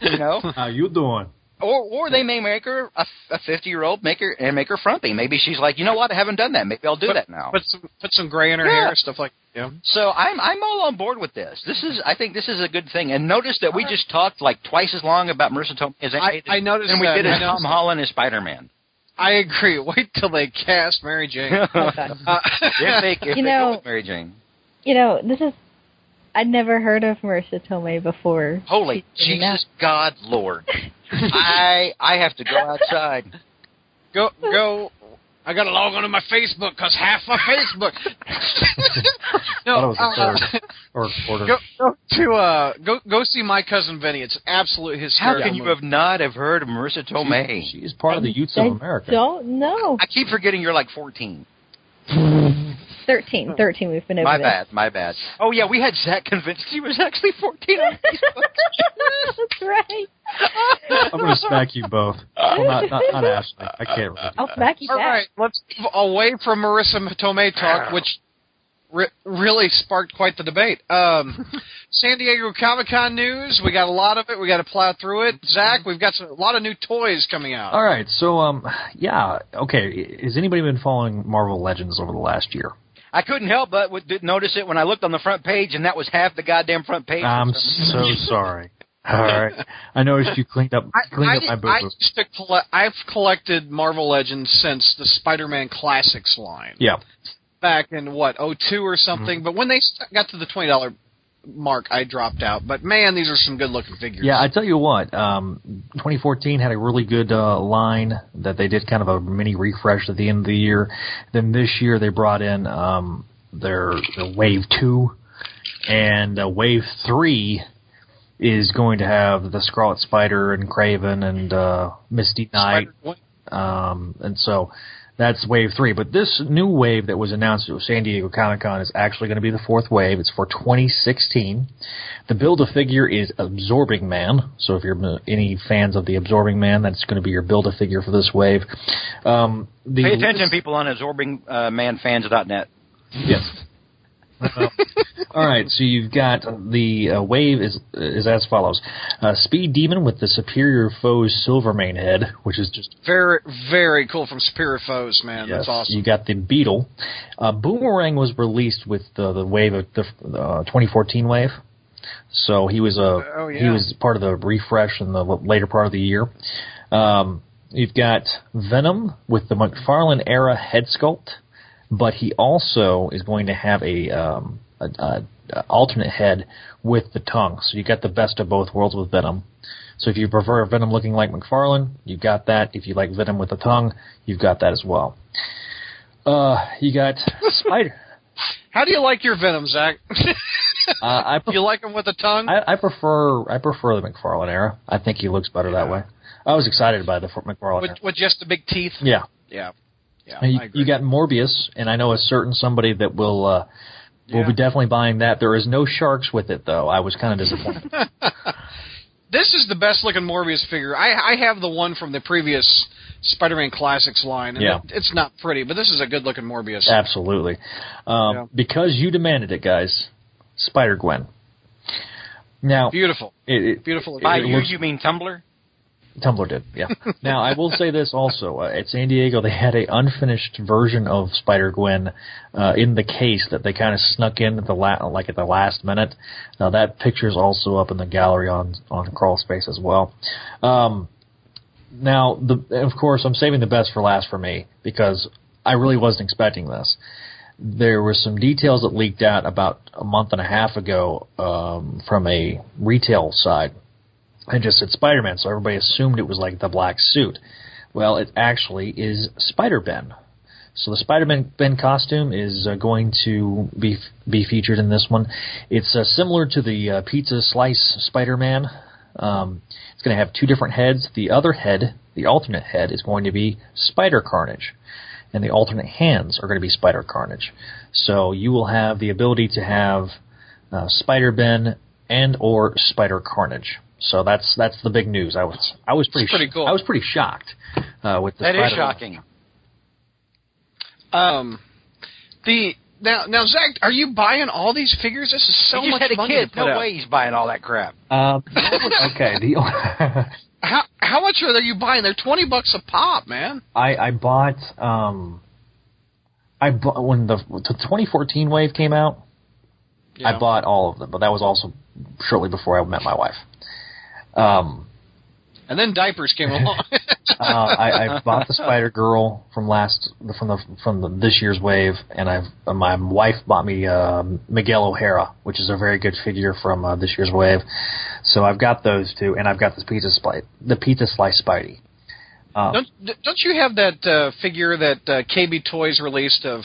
you know. How you doing? Or or they may make her a, a fifty year old, make her and make her frumpy. Maybe she's like, you know what, I haven't done that. Maybe I'll do But- that now. Put some put some gray in her Yeah. hair, stuff like yeah. so I'm I'm all on board with this. This is I think this is a good thing. And notice that we just talked like twice as long about Marissa Tomei as Aunt I, Kate I noticed than we that. did I, as Tom noticed- Holland as Spider (laughs) Man. I agree. (laughs) Wait till they cast Mary Jane. Oh, if Uh, (laughs) they if You they know- go with Mary Jane, You know, this is I'd never heard of Marissa Tomei before. holy She's doing Jesus God (laughs) Lord, I I have to go outside. go go. I gotta log onto my Facebook because half my (laughs) Facebook. Thought it no, was a uh, third or quarter. go, (laughs) go to uh, go go see my cousin Vinny. It's absolutely How hysterical. can you have not have heard of Marissa Tomei? She's, she's part of the youths of America. Don't know. I keep forgetting you're like 14. 13, 13 we've been over My this. bad, my bad. Oh yeah, we had Zach convinced she was actually 14. on Facebook. (laughs) That's right. I'm going to smack you both. Well, not, not, not Ashley. I can't really. I'll smack you All back. right, let's move away from Marissa Tomei talk, which re- really sparked quite the debate. Um, San Diego Comic Con news. We got a lot of it. We got to plow through it. Zach, we've got some, a lot of new toys coming out. All right, so um, yeah, okay. Has anybody been following Marvel Legends over the last year? I couldn't help but w- did notice it when I looked on the front page, and that was half the goddamn front page. I'm so sorry. All right, I noticed you cleaned up I, cleaned I up did- I my boo boo. used to colle- I've collected Marvel Legends since the Spider-Man Classics line Yeah, back in what 02 or something. But when they st- got to the twenty dollar mark, I dropped out. But man, these are some good looking figures. yeah. I tell you what, um, 2014 had a really good uh, line that they did kind of a mini refresh at the end of the year. Then this year they brought in um their their Wave Two, and uh, Wave Three is going to have the Scarlet Spider and Craven and uh, Misty Knight. Spider- Um, and so that's wave three. But this new wave that was announced at San Diego Comic Con is actually going to be the fourth wave. It's for 2016. The build a figure is Absorbing Man. So if you're uh, any fans of the Absorbing Man, that's going to be your build a figure for this wave. Um, the Pay attention, list- people on absorbingmanfans.net. Yes. Um, all right, so you've got the uh, wave is is as follows: uh, Speed Demon with the superior foe's Silvermane head, which is just Very, very cool from Superior Foes, man. That's awesome. You got the Beetle. Uh, Boomerang was released with the, the wave of the uh, 2014 wave. So he was a Oh, yeah. he was part of the refresh in the l- later part of the year. Um, you've got Venom with the McFarlane era head sculpt, but he also is going to have a, um, a, a, a alternate head with the tongue. So you got the best of both worlds with Venom. So if you prefer Venom looking like McFarlane, you've got that. If you like Venom with the tongue, you've got that as well. Uh, you got Spider. How do you like your Venom, Zach? (laughs) Uh, I, pref- you like him with a tongue? I I prefer I prefer the McFarlane era. I think he looks better that way. I was excited by the f- McFarlane. with, era. with just the big teeth? Yeah, Yeah. Yeah, And you, I agree. you got Morbius, and I know a certain somebody that will uh, will be definitely buying that. There is no sharks with it though. I was kind (laughs) of disappointed. this is the best looking Morbius figure. I I have the one from the previous Spider-Man Classics line. And Yeah. it- it's not pretty, but this is a good looking Morbius. Absolutely, um, Yeah. because you demanded it, guys. Spider Gwen. Now, Beautiful, it, it, beautiful. By it you, looks- you mean Tumblr? Tumblr did, yeah. now I will say this also: uh, at San Diego, they had a unfinished version of Spider Gwen uh, in the case that they kind of snuck in at the la- like at the last minute. Now that picture is also up in the gallery on on Crawl Space as well. Um, now, the, of course, I'm saving the best for last for me because I really wasn't expecting this. There were some details that leaked out about a month and a half ago um, from a retail side and just said Spider Man, so everybody assumed it was like the black suit. Well, it actually is Spider Ben. So the Spider Ben costume is uh, going to be be featured in this one. It's uh, similar to the uh, pizza slice Spider Man. Um, it's going to have two different heads. The other head, the alternate head, is going to be Spider Carnage and the alternate hands are going to be Spider Carnage. So you will have the ability to have uh, Spider Ben and or Spider Carnage. So that's that's the big news. I was I was pretty It's pretty sh- cool. I was pretty shocked uh, with the That is Spider-Man. shocking. Um, the now now Zach, are you buying all these figures? This is so he just much had a money kid. to put No out. way he's buying all that crap. (laughs) Um, okay, the How how much are they you buying? They're twenty bucks a pop, man. (laughs) I I bought um I bought when the the 2014 wave came out. I bought all of them, but that was also shortly before I met my wife. Um, And then diapers (laughs) came along. uh, I, I bought the Spider Girl from last from the from the, this year's wave, and I've uh, my wife bought me uh, Miguel O'Hara, which is a very good figure from uh, this year's wave. So I've got those two, and I've got this pizza slice, the pizza slice Spidey. don't don't you have that uh, figure that uh, KB Toys released of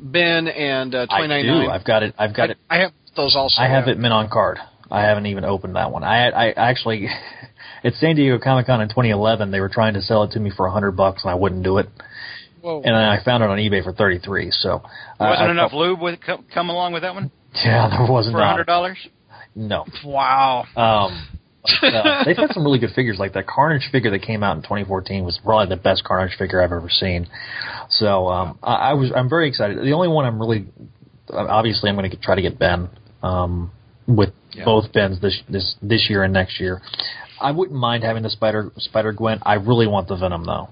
Ben and uh, I Twenty Nine do. I've got it. I've got it I have those also. I have yeah. it mint on card. I haven't even opened that one. I I actually (laughs) at San Diego Comic Con in 2011, they were trying to sell it to me for 100 bucks, and I wouldn't do it. Whoa. And then I found it on eBay for 33. So I- Wasn't I enough felt- (laughs) lube with come, come along with that one yeah, there wasn't. for a hundred not. dollars. No. Wow. Um, but, uh, they've had some really good figures. Like that Carnage figure that came out in 2014 was probably the best Carnage figure I've ever seen. So um, I, I was I'm very excited. The only one I'm really obviously I'm going to try to get Ben um, with both Bens this this this year and next year. I wouldn't mind having the Spider Spider Gwen. I really want the Venom though.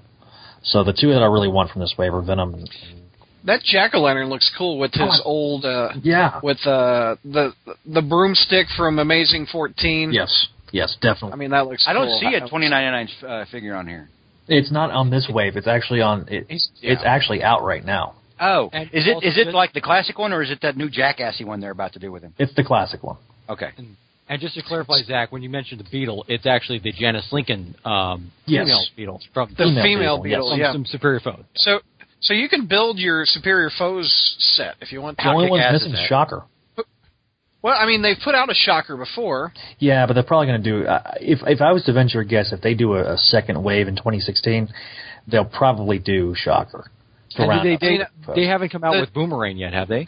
So the two that I really want from this wave are Venom. And, That jack o' lantern looks cool with his I- old uh, yeah. with uh, the the broomstick from Amazing Fourteen. Yes. Yes. Definitely. I mean that looks. I don't cool. see a twenty ninety nine uh, figure on here. it's not on this wave. It's actually on. It, He's- It's actually out right now. Oh, And is it is also- it like the classic one, or is it that new jackassy one they're about to do with him? It's the classic one. Okay, And just to clarify, Zach, when you mentioned the Beetle, it's actually the Janice Lincoln um, Yes. female Beetle from The Female female Beetle, beetle, from yeah. some superior phone. So, so you can build your superior foes set if you want. The To. only one's kick-ass is missing is that? Shocker. Well, I mean, they've put out a shocker before. Yeah, but they're probably going to do. Uh, if if I was to venture a guess, if they do a, a second wave in 2016, they'll probably do Shocker. to And round they, up they, the- they haven't come out The- with Boomerang yet, have they?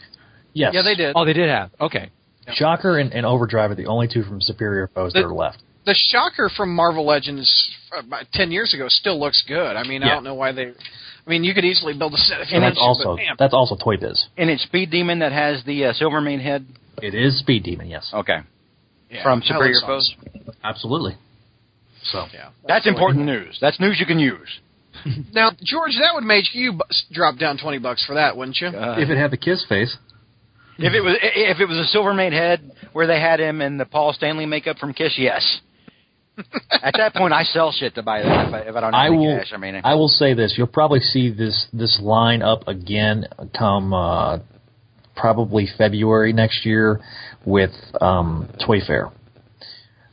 yes, Yeah, they did. Oh, they did have. Okay. Shocker and, and Overdrive are the only two from Superior Foes that The- are left. The shocker from Marvel Legends uh, about ten years ago still looks good. I mean, I Yeah. don't know why they. I mean, you could easily build a set if you And want that's to. also but, man, that's also Toy Biz. and it's Speed Demon that has the uh, Silvermane head. It is Speed Demon. Yes, Okay, yeah, from that Superior looks Foes. awesome. Uh, absolutely. So Yeah. That's important news. That's news you can use. Now, George, that would make you bu- s- drop down twenty bucks for that, wouldn't you? Uh, if it had the Kiss face, If it was i- if it was a Silvermane head where they had him in the Paul Stanley makeup from Kiss, yes. At that point, I sell shit to buy that if I, if I don't have I any will. cash. I mean, I will say this: you'll probably see this this line up again come uh, probably February next year with um, Toy Fair.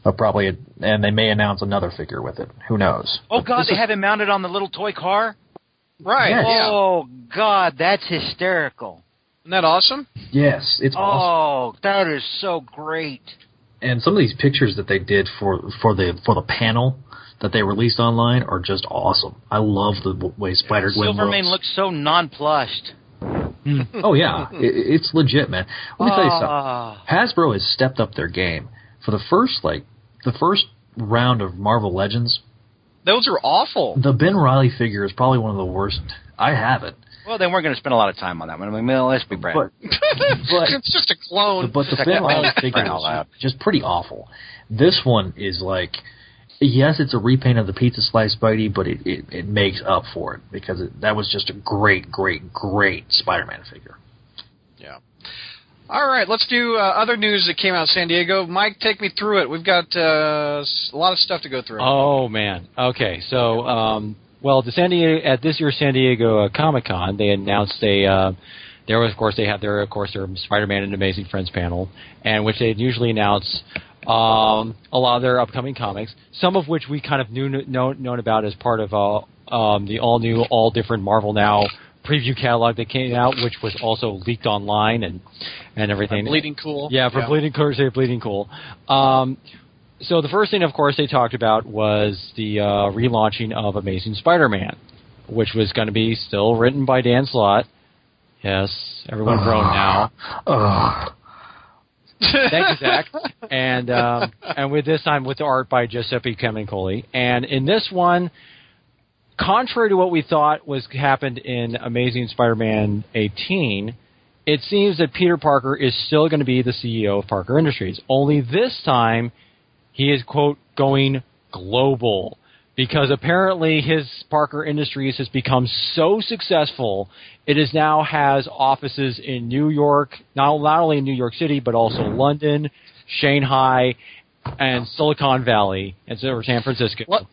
Uh, probably, and they may announce another figure with it. Who knows? oh god, they have him mounted on the little toy car. right. Yes. Yeah. Oh god, that's hysterical. Isn't that awesome? Yes, it's awesome. Oh, that is so great. And some of these pictures that they did for for the for the panel that they released online are just awesome. I love the w- way Spider Gwen Silvermane looks. looks so nonplussed. Oh yeah, I- it's legit, man. Let me tell you something. Ah. Hasbro has stepped up their game for the first like the first round of Marvel Legends. Those are awful. The Ben Riley figure is probably one of the worst. I have it, Well, they weren't going to spend a lot of time on that one. I mean, let's be frank. but (laughs) but it's just a clone. but the Check Ben that Riley out. figure Print all is out. just pretty awful. This one is like. Yes, it's a repaint of the Pizza Slice Spidey, but it, it, it makes up for it because it, that was just a great, great, great Spider-Man figure. All right, let's do uh, other news that came out of San Diego. Mike, take me through it. We've got uh, s- a lot of stuff to go through. Oh man. Okay. So, um, well, the San Diego at this year's San Diego uh, Comic Con, they announced a. Uh, there was, of course, they had their, of course, their Spider-Man and Amazing Friends panel, and which they usually announce um, a lot of their upcoming comics, some of which we kind of knew known, known about as part of uh, um, the all-new, all-different Marvel Now preview catalog that came out, which was also leaked online and and everything. Bleeding Cool. Yeah, for Bleeding Cool, say Bleeding Cool. Um, so the first thing, of course, they talked about was the uh, relaunching of Amazing Spider-Man, which was going to be still written by Dan Slott. Yes, everyone grown now. Ugh. Thank you, Zach. and um, and with this time with the art by Giuseppe Camuncoli. And in this one, contrary to what we thought was happened in Amazing Spider-Man 18, it seems that Peter Parker is still going to be the CEO of Parker Industries. Only this time, he is quote going global because apparently his Parker Industries has become so successful, it is now has offices in New York, not, not only in New York City but also London, Shanghai, and Silicon Valley, and so- or San Francisco. Let,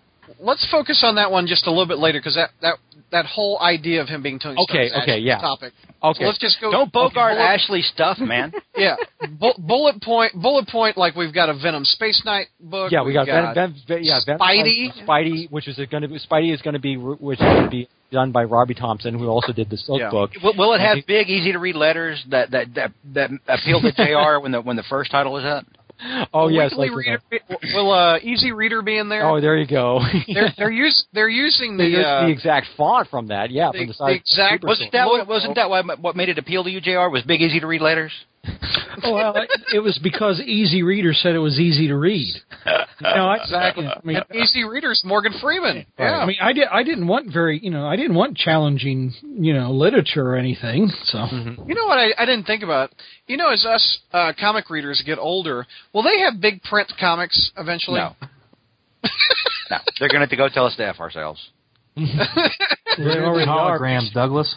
let's focus on that one just a little bit later because that, that that whole idea of him being Tony Stark Okay, is okay, actually yeah. the topic. Okay, So let's just go. Don't Bogart okay, bullet- Ashley stuff, (laughs) man. yeah, bu- bullet point. Bullet point. Like we've got a Venom Space Knight book. Yeah, we got, we've Venom, Venom, Ven- yeah, Venom, Spidey. Spidey, which is going to be Spidey is going to be which is going to be done by Robbie Thompson, who also did the Silk Yeah. book. Will, will it have big, easy to read letters that that that, that appeal to Jr. when the when the first title is up? Oh yes, Weekly like, you reader, will uh, Easy Reader be in there? know. oh there you go. they're they're us- they're using They the, used uh, the exact font from that, yeah, the, from the the side. exact Wasn't that what, wasn't that what, what made it appeal to you, Jr. Was big, easy to read letters? Oh, well, it, it was because Easy Reader said it was easy to (laughs) read. No, I, Exactly. I mean, Easy Reader's Morgan Freeman. Yeah. I mean, I did. I didn't want very, you know, I didn't want challenging, you know, literature or anything. So Mm-hmm. You know what I, I didn't think about? You know, as us uh, comic readers get older, will they have big print comics eventually? No. (laughs) no, they're going to have to go tell us to f ourselves. They're already holograms, Douglas.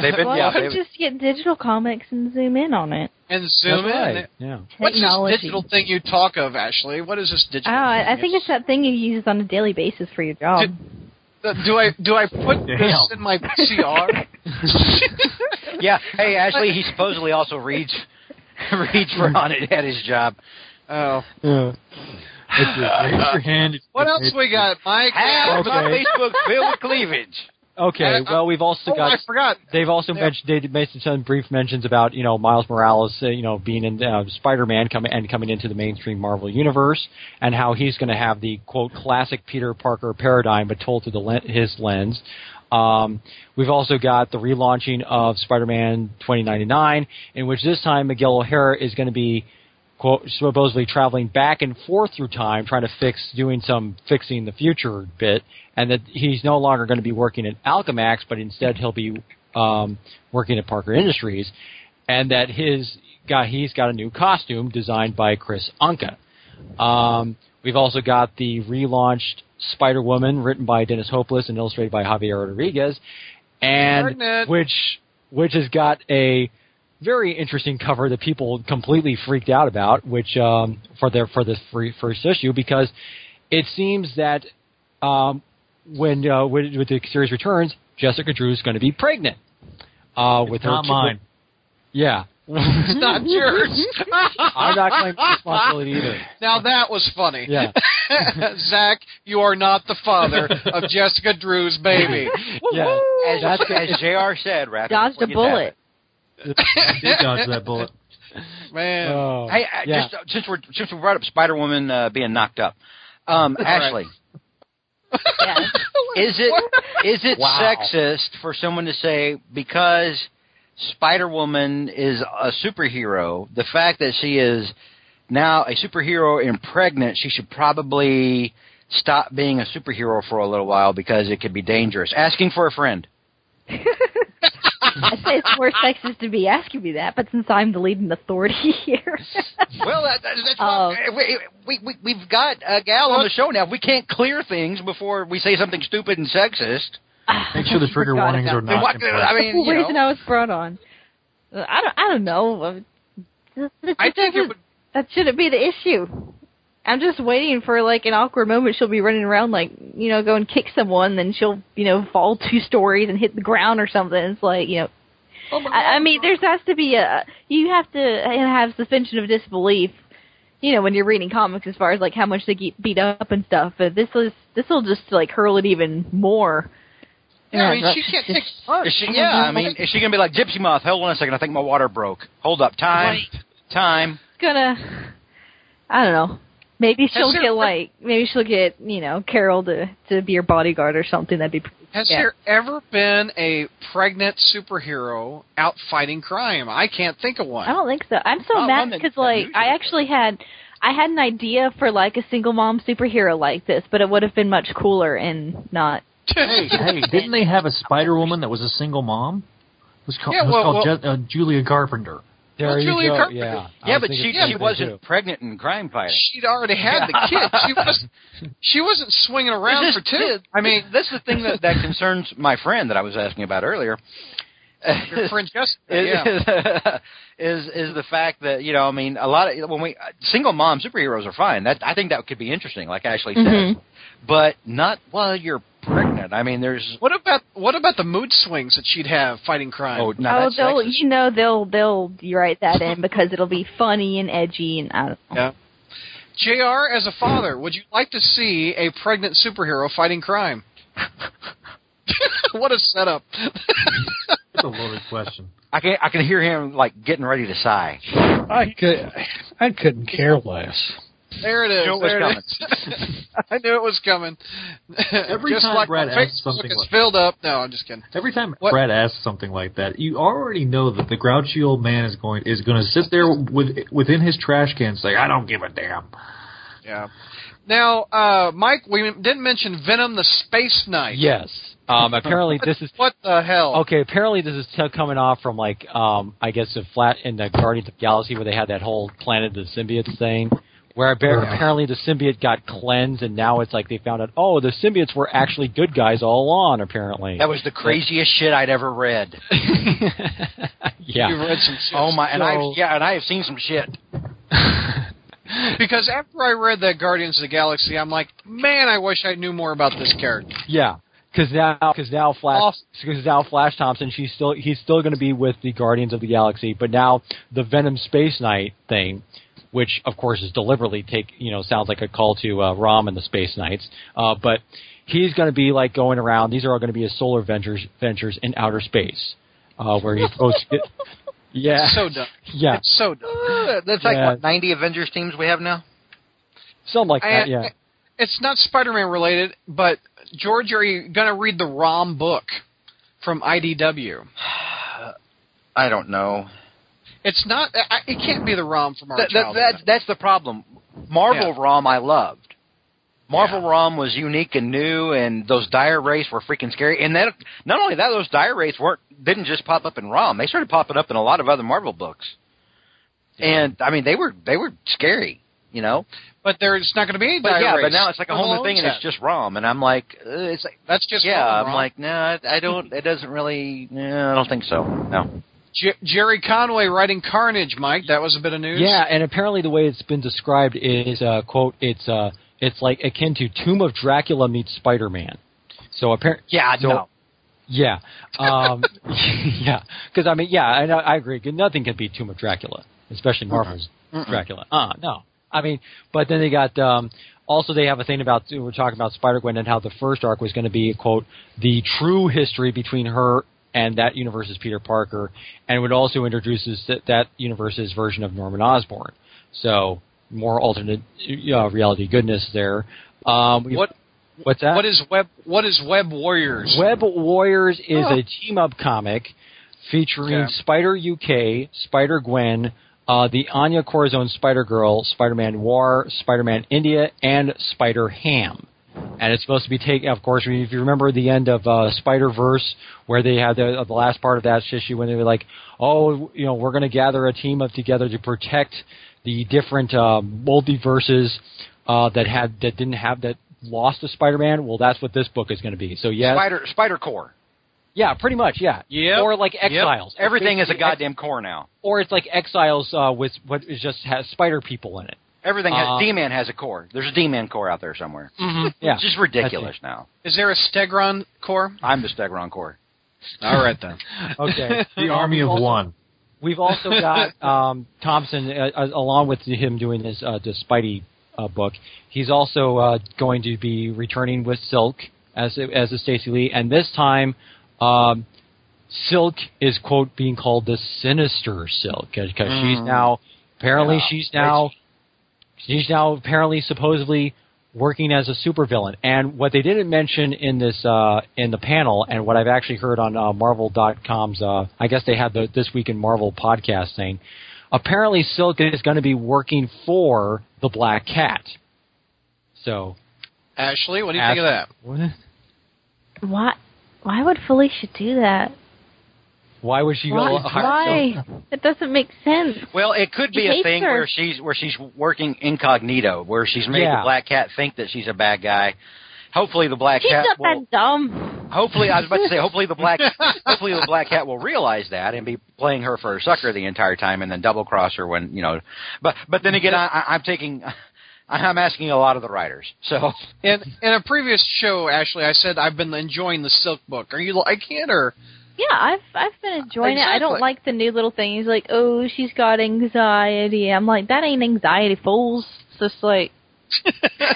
They've (laughs) been, Why yeah, don't they've- you just get digital comics and zoom in on it? (laughs) And That's zoom in. right. Yeah. What's Technology. this digital thing you talk of, Ashley? What is this Oh, digital? I, thing? I think it's that thing you use on a daily basis for your job. Did- Uh, Do I do I put Damn. this in my (laughs) CR? yeah. Hey, Ashley, he supposedly also reads (laughs) reads for on it at his job. oh, It's your- it's your hand. It's- what it's- else we got, Mike? Half of my Okay. Facebook filled with cleavage. Okay. Uh, well, we've also Oh, I got. forgot. They've also Yeah. mentioned they made some brief mentions about you know Miles Morales, uh, you know, being in uh, Spider-Man coming and coming into the mainstream Marvel universe, and how he's going to have the quote classic Peter Parker paradigm, but told through the len- his lens. Um, we've also got the relaunching of Spider-Man 2099, in which this time Miguel O'Hara is going to be quote, supposedly traveling back and forth through time, trying to fix, doing some fixing the future bit, and that he's no longer going to be working at Alchemax, but instead he'll be um, working at Parker Industries, and that his got he's got a new costume designed by Chris Anka. Um, we've also got the relaunched Spider Woman, written by Dennis Hopeless and illustrated by Javier Rodriguez, and Pregnant. which which has got a very interesting cover that people completely freaked out about, which um, for their for this free first issue because it seems that um, when uh, when with the series returns, Jessica Drew is going to be pregnant uh, with It's her not two- mine. Yeah, I'm It's (laughs) not yours. not claiming responsibility (laughs) either. Now that was funny. Yeah. (laughs) Zach, you are not the father of Jessica Drew's baby. Yeah, As, That's good. as Jr. said, rapid. Dodged a bullet. You did dodge that bullet. (laughs) Man. Oh, Hey, I- yeah. just uh, since we're since we brought up Spider Woman uh, being knocked up, um, Ashley, Yeah. (laughs) is it is it Wow. sexist for someone to say because Spider Woman is a superhero, the fact that she is now a superhero and pregnant, she should probably stop being a superhero for a little while because it could be dangerous. Asking for a friend. I say it's more sexist to be asking me that, but since I'm the leading authority (laughs) here, Well, that, that, that's Oh. why we, we, we, we've got a gal on the show now. If we can't clear things before we say something stupid and sexist, (laughs) Make sure the trigger Forgot warnings about are that. then not. what, in place. I mean, the you know. reason I was brought on. Uh, I don't. I don't know. Um, th- th- I think it doesn't- would that shouldn't be the issue. I'm just waiting for like an awkward moment. She'll be running around like you know, go and kick someone, then she'll you know fall two stories and hit the ground or something. It's like you know, Oh I, I mean, there's has to be a you have to have suspension of disbelief. You know, when you're reading comics, as far as like how much they get beat up and stuff, but this is this will just like hurl it even more. Yeah, I Yeah, mean, that- she can't just- take punch. Is she, yeah, I mean, is she gonna be like Gypsy Moth? Hold on a second, I think my water broke. Hold up, time, time. It's gonna, I don't know. Maybe she'll there get ever- like maybe she'll get you know Carol to to be your bodyguard or something. That'd be pretty. Has yeah. there ever been a pregnant superhero out fighting crime? I can't think of one. I don't think so. I'm so Not mad one that- because that like usually I does. actually had I had an idea for like a single mom superhero like this, but it would have been much cooler and not. Hey, hey, (laughs) didn't they have a Spider Woman that was a single mom? It was called, Yeah, it was well- called well- Ju- uh, Julia Carpenter. There Well, you Julia go. Carpenter- Yeah, I Yeah, but was thinking she the same she thing, wasn't too. pregnant in Crime Fighter. She'd already had the kid. (laughs) She was she wasn't swinging around This for is- two. this- I mean, that's the thing that, that concerns my friend that I was asking about earlier. (laughs) Your friend Jessica, yeah. is, (laughs) is is the fact that you know I mean a lot of when we single mom superheroes are fine that I think that could be interesting like Ashley said Mhm. but not while you're pregnant I mean there's What about what about the mood swings that she'd have fighting crime? oh no oh, that's they'll sexist. you know they'll they'll write that (laughs) in because it'll be funny and edgy and uh, I don't know. Yeah. Jr. As a father, would you like to see a pregnant superhero fighting crime? (laughs) what a setup! That's a loaded question. I can I can hear him like getting ready to sigh I could, I couldn't care less. there it is. Knew it was there it is. (laughs) I knew it was coming. Every Just time like Brad my asks Facebook something is like- filled up. No, I'm just kidding. Every time What- Brad asks something like that, you already know that the grouchy old man is going is going to sit there with within his trash can and say, "I don't give a damn." Yeah. Now, uh, Mike, we didn't mention Venom the Space Knight. (laughs) Yes. Um, apparently, this is What the hell? Oh, Okay, apparently this is t- coming off from like um I guess the flat in the Guardians of the Galaxy where they had that whole Planet of the Symbiotes thing, where appa- apparently the symbiote got cleansed and now it's like they found out oh the symbiotes were actually good guys all along apparently. that was the craziest shit I'd ever read (laughs) You've (laughs) yeah. read some shit. oh my and So- I've yeah and I have seen some shit Because after I read that Guardians of the Galaxy, I'm like, man, I wish I knew more about this character. Yeah. Because now, because now Flash, Awesome. because now Flash Thompson, she's still he's still going to be with the Guardians of the Galaxy, but now the Venom Space Knight thing, which of course is deliberately take you know sounds like a call to uh, Rom and the Space Knights, uh, but he's going to be like going around. These are all going to be his solar ventures ventures in outer space, uh, where he's supposed to get. Yeah. So (laughs) dumb. yeah, It's so dumb. Uh, that's like Yeah. what 90 Avengers teams we have now something like I- that. Yeah. It's not Spider-Man related, but George, are you gonna read the ROM book from IDW? I don't know It's not. I, I- it can't be the ROM from our That- that- childhood. that's, that's the problem. Marvel ROM I loved. Marvel Yeah. ROM was unique and new, and those dire rates were freaking scary. And that, not only that, those dire rates weren't didn't just pop up in ROM. They started popping up in a lot of other Marvel books. And I mean, they were they were scary, you know. but there's not going to be any. But yeah, diaries. but now it's like a Home whole new Alone's thing, and it's had. just ROM. And I'm like, uh, it's like, that's just yeah. ROM, I'm ROM. like, no, I, I don't. It doesn't really. Yeah, I don't think so. No. Jer- Jerry Conway writing Carnage, Mike. That was a bit of news. Yeah, and apparently the way it's been described is uh, quote it's uh it's like akin to Tomb of Dracula meets Spider Man. So apparently, Yeah, So- no. yeah, um, (laughs) yeah, because I mean, yeah, I, know- I agree. Nothing can be Tomb of Dracula, especially Marvel's Dracula. Uh, no, I mean, but then they got um, also they have a thing about we we're talking about Spider Gwen and how the first arc was going to be quote the true history between her and that universe's Peter Parker, and it also introduces that that universe's version of Norman Osborn. So more alternate uh, reality goodness there. Um, we- What- What's that? What is web? What is Web Warriors? Web Warriors is a team up comic featuring Okay. Spider UK, Spider Gwen, uh, the Anya Corazon Spider Girl, Spider Man War, Spider Man India, and Spider Ham. And it's supposed to be taken, of course, if you remember the end of uh, Spider Verse, where they had the, the last part of that issue when they were like, oh, you know, we're going to gather a team up together to protect the different uh, multiverses uh, that had that didn't have that lost to Spider Man. Well, that's what this book is going to be. So yes, Spider Spider Core. yeah, pretty much. Yeah. Yep. Or like Exiles. It's Everything is a basically ex- goddamn core now. or it's like Exiles uh, with what is just has spider people in it. Everything has Uh, D-Man has a core. There's a D-Man core out there somewhere. (laughs) Yeah. It's just ridiculous now. Is there a Stegron core? I'm the Stegron core. All right then. Okay. The Army of also- One. We've also got um, Thompson uh, uh, along with him doing his uh, the Spidey uh, book. He's also uh, going to be returning with Silk as as a Stacy Lee, and this time. Um, Silk is quote being called the sinister Silk because she's now apparently Yeah. she's now He's now apparently supposedly working as a supervillain. And what they didn't mention in this uh, in the panel, and what I've actually heard on uh, Marvel.com's, uh, I guess they had the this week in Marvel podcast thing. Apparently, Silk is going to be working for the Black Cat. So, Ashley, what do you think of that? that? Why? Why would Felicia do that? Why would she Why? (laughs) go? hire Why? That doesn't make sense. Well, it could be He a hates thing her. where she's where she's working incognito, where she's made Yeah. the black cat think that she's a bad guy. Hopefully, the black She's cat not will. that dumb. Hopefully, I was about to say. Hopefully, (laughs) the black. hopefully, the black cat will realize that and be playing her for a sucker the entire time, and then double cross her when you know. But but then again, I, I, I'm taking. (laughs) I'm asking a lot of the writers. So In in a previous show, Ashley, I said I've been enjoying the Silk book. Are you like it or Yeah, I've I've been enjoying it. I don't Exactly. like the new little thing. He's like, oh, she's got anxiety. I'm like, that ain't anxiety, fools. It's just like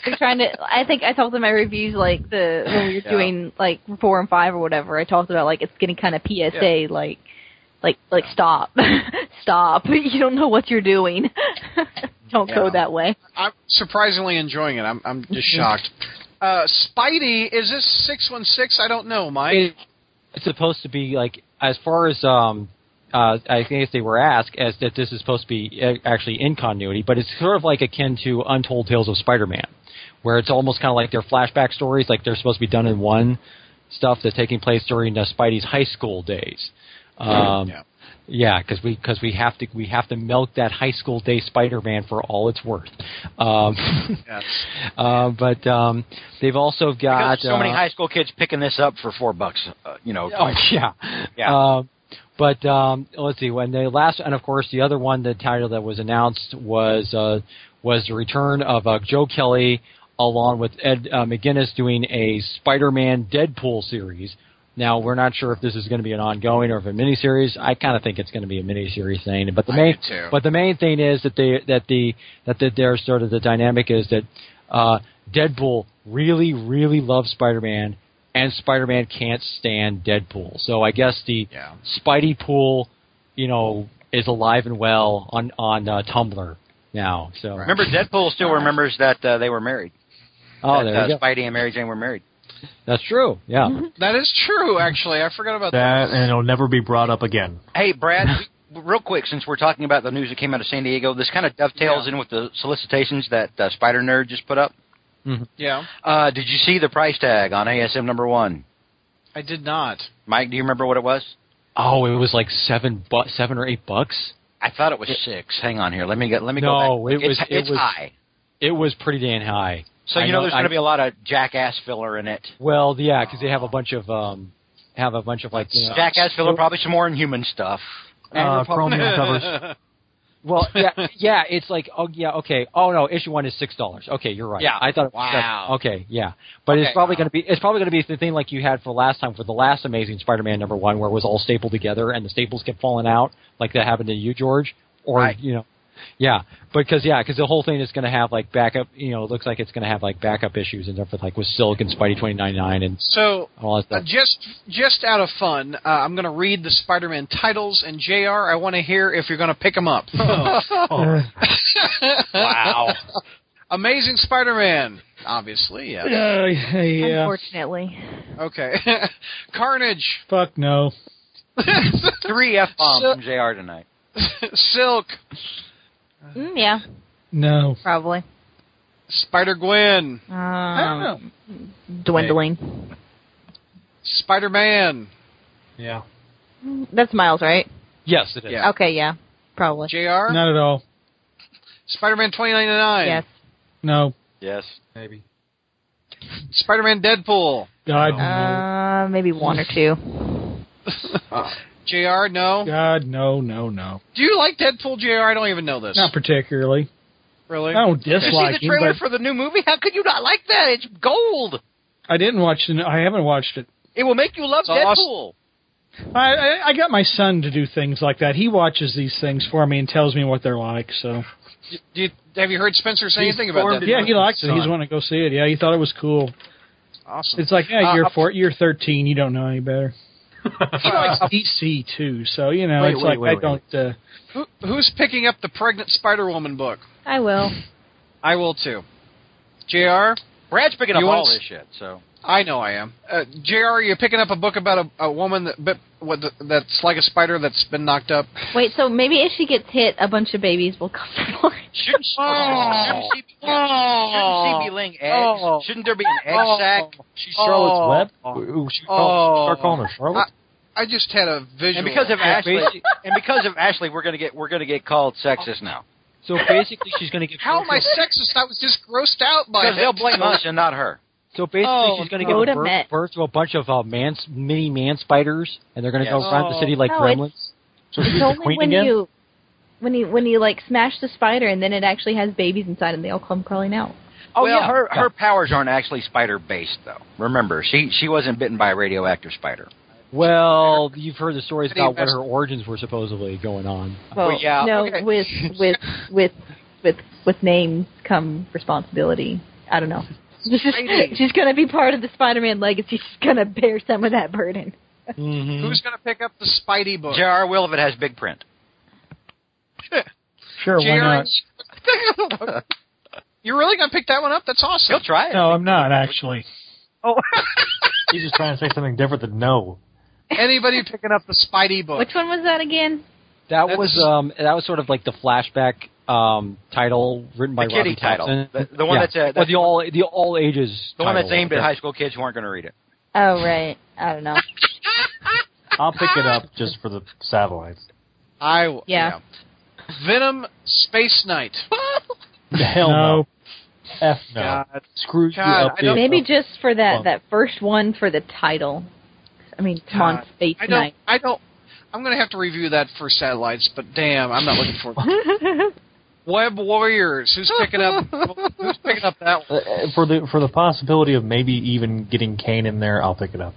they're trying to. I think I talked in my reviews like the when we were Yeah. doing like four and five or whatever. I talked about like it's getting kind of PSA like. Like, like, stop, (laughs) stop! (laughs) You don't know what you're doing. (laughs) don't go Yeah. that way. I'm surprisingly enjoying it. I'm I'm just shocked. Uh, Spidey, is this six one six? I don't know, Mike. It- it's supposed to be like as far as um uh I think they were asked as that this is supposed to be a- actually in continuity, but it's sort of like akin to Untold Tales of Spider-Man, where it's almost kind of like their flashback stories, like they're supposed to be done in one stuff that's taking place during uh, Spidey's high school days. Um, Yeah. yeah, because we because we have to we have to milk that high school day Spider-Man for all it's worth. Um, (laughs) uh, but um, they've also got Because so many uh, high school kids picking this up for four bucks. Uh, you know, Oh yeah, Yeah. Um, but um, let's see. When the last, and of course, the other one, the title that was announced was uh, was the return of uh, Joe Kelly along with Ed uh, McGuinness doing a Spider-Man Deadpool series. Now we're not sure if this is going to be an ongoing or if a miniseries. I kind of think it's going to be a miniseries thing. But the main, do too. but the main thing is that they that the that the, their sort of the dynamic is that uh, Deadpool really really loves Spider-Man and Spider-Man can't stand Deadpool. So I guess the Yeah. Spidey pool, you know, is alive and well on on uh, Tumblr now. So remember Deadpool still remembers that uh, they were married. oh, that, there uh, you go. Spidey and Mary Jane were married. That's true. Yeah. that is true, actually. I forgot about that. That and it'll never be brought up again. Hey, (laughs) Brad, we- real quick, since we're talking about the news that came out of San Diego, this kind of dovetails in with the solicitations that uh, Spider Nerd just put up. Yeah, Uh, did you see the price tag on ASM number one? I did not. Mike, do you remember what it was? Oh, it was like seven bu- seven or eight bucks. I thought it was six. Hang on here. Let me get. Let me No, go. Back. it was- It's, it it's was- high. It was pretty damn high. So I you know, know- there's I- going to be a lot of jackass filler in it. Well, yeah, because they have a bunch of um, have a bunch of like you know, Jackass filler, probably some more inhuman stuff. and Uh, Republic- chromium covers. Well, yeah, yeah, it's like, oh yeah, okay. Oh no, issue one is six dollars. Okay, you're right. Yeah. I thought. It was Wow. seven. Okay, yeah, but it's Okay. probably going to be it's probably going to be the thing like you had for last time for the last Amazing Spider-Man number one, where it was all stapled together and the staples kept falling out, like that happened to you, George, or Right. you know, yeah, because yeah, because the whole thing is going to have like backup. You know, it looks like it's going to have like backup issues and stuff with like with Silk and Spidey twenty nine nine and So all that Uh, stuff. just just out of fun, uh, I'm going to read the Spider-Man titles, and Jr. I want to hear if you're going to pick them up. Wow. (laughs) Amazing Spider-Man, obviously. Yeah. Uh, yeah. Unfortunately, Okay. (laughs) Carnage, Fuck no. (laughs) Three f bombs So- from Jr. tonight. Silk, mm, yeah, No. probably. Spider Gwen, Um, know. dwindling. Spider-Man, Yeah. That's Miles, right? Yes, it is. Yeah. Okay, yeah, probably. Jr. Not at all. Spider-Man 2099, Yes. No. Yes. Maybe. Spider-Man Deadpool, God. no. Uh, maybe one or two. (laughs) Jr. No. God. No. No. No. Do you like Deadpool, Jr.? I don't even know this. Not particularly. really. I don't Did you dislike see the him, trailer but for the new movie? How could you not like that? It's gold. I didn't watch it. I haven't watched it. It will make you love It's awesome. Deadpool. I, I I got my son to do things like that. He watches these things for me and tells me what they're like. So Do you, have you heard Spencer say He's anything about formed that? it. yeah, he likes it. He's Son. want to go see it. Yeah, he thought it was cool. Awesome. It's like yeah, Uh, you're up- four, you're 13. You don't know any better. He likes DC too, so you know Uh, Wait, it's wait, like wait, I wait. don't. Uh, Who, who's picking up the pregnant Spider Woman book? I will. I will too. Jr. Brad's picking up You all wanna s- this shit, so I know I am. Uh, Jr. Are you picking up a book about a, a woman that but, what the, that's like a spider that's been knocked up? Wait, so maybe if she gets hit, a bunch of babies will come (laughs) for it. shouldn't she, Oh. shouldn't she, be- shouldn't she be laying eggs? Oh. Shouldn't there be an egg Oh. sack? She's Charlotte's Oh. Web. Oh. Ooh, she call, start calling her Charlotte. I just had a visual. And because of Yeah, Ashley, basically- and because of Ashley, we're gonna get we're gonna get called sexist now So basically, she's going to get. how am I sexist? I was just grossed out by because it. they'll blame us and not her. So basically, Oh, she's going to go give to a birth, Met. birth to a bunch of uh, man, mini man spiders, and they're going to go Yes. around the city like No, Oh, it's- gremlins. So (laughs) she's (laughs) It's the only queen when again. you when you when you like smash the spider and then it actually has babies inside and they all come crawling out. Oh, well, yeah. her her powers aren't actually spider based though. Remember, she she wasn't bitten by a radioactive spider. Well, you've heard the stories Pretty about what messed- her origins were supposedly going on. Well, yeah, no, okay. with with with with with names come responsibility. I (laughs) don't know. She's, Lady. she's going to be part of the Spider-Man legacy. She's going to bear some of that burden. Mm-hmm. Who's going to pick up the Spidey book? J.R. will if it has big print. Sure, why not? Jerry- (laughs) You're really going to pick that one up? That's awesome. He'll try it. No, I'm not actually. Oh. He's just trying to say something different than no. (laughs) Anybody picking up the Spidey book? Which one was that again? That That's- was um that was sort of like the flashback um title written by The kiddie Robin title. Thompson. The- the one Yeah. that's, uh, Or that's- the all the all ages The Oh, one that's title. aimed at high school kids who aren't going to read it. Oh right, I don't know. I'll pick it up just for the satellites. I w- Yeah. yeah. Venom Space Knight. Hell no. No, F no. God. Screw you God, up. I don't- big Maybe just for that Well- that first one for the title. I mean, come on, God, Space I don't. Knight. I don't. I'm going to have to review that for satellites, but damn, I'm not looking for (laughs) Web Warriors. Who's picking up? Who's picking up that one? Uh, uh, for the for the possibility of maybe even getting Kane in there, I'll pick it up.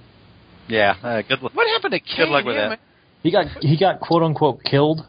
Yeah, uh, good luck. What happened to Kane? luck with Yeah, that. He got he got quote unquote killed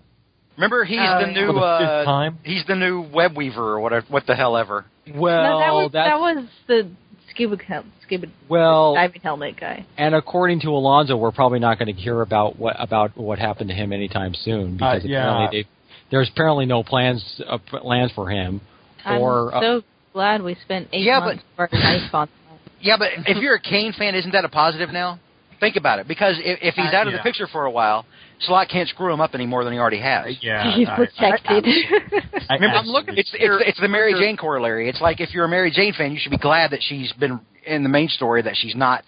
Remember, he's Oh, the (laughs) yeah. for new the fifth uh, time. he's the new web weaver or whatever. What the hell ever. Well, no, that was that's- Oh. that was the scuba hel- scuba well, diving helmet guy. and according to Alonzo, we're probably not going to hear about what about what happened to him anytime soon because yeah. apparently they, there's apparently no plans uh, plans for him. Or I'm uh, so glad we spent eight Yeah, months but, of our life on that. Yeah, but (laughs) if you're a Kane fan, isn't that a positive now? Think about it, because if, if he's Uh, out of yeah. the picture for a while, Slot can't screw him up any more than he already has. Yeah, (laughs) He's I- protected. I, Remember, I I'm looking. It's, it's it's the Mary Jane corollary. It's like if you're a Mary Jane fan, you should be glad that she's been in the main story, that she's not,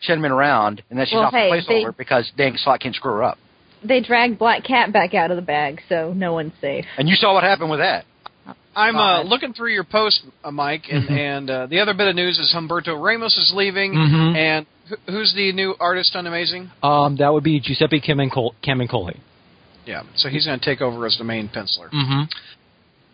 she hasn't been around, and that she's Well, not hey, the placeholder they- because dang, Slot can't screw her up. (laughs) they dragged Black Cat back out of the bag, so no one's safe. And you saw what happened with that. I'm uh, God. looking through your post, uh, Mike, and, and uh, the other bit of news is Humberto Ramos is leaving, Mhm. and who, who's the new artist on Amazing? um, that would be Giuseppe Camincol- Camincoli. Yeah, so he's going to take over as the main penciler. Mm-hmm.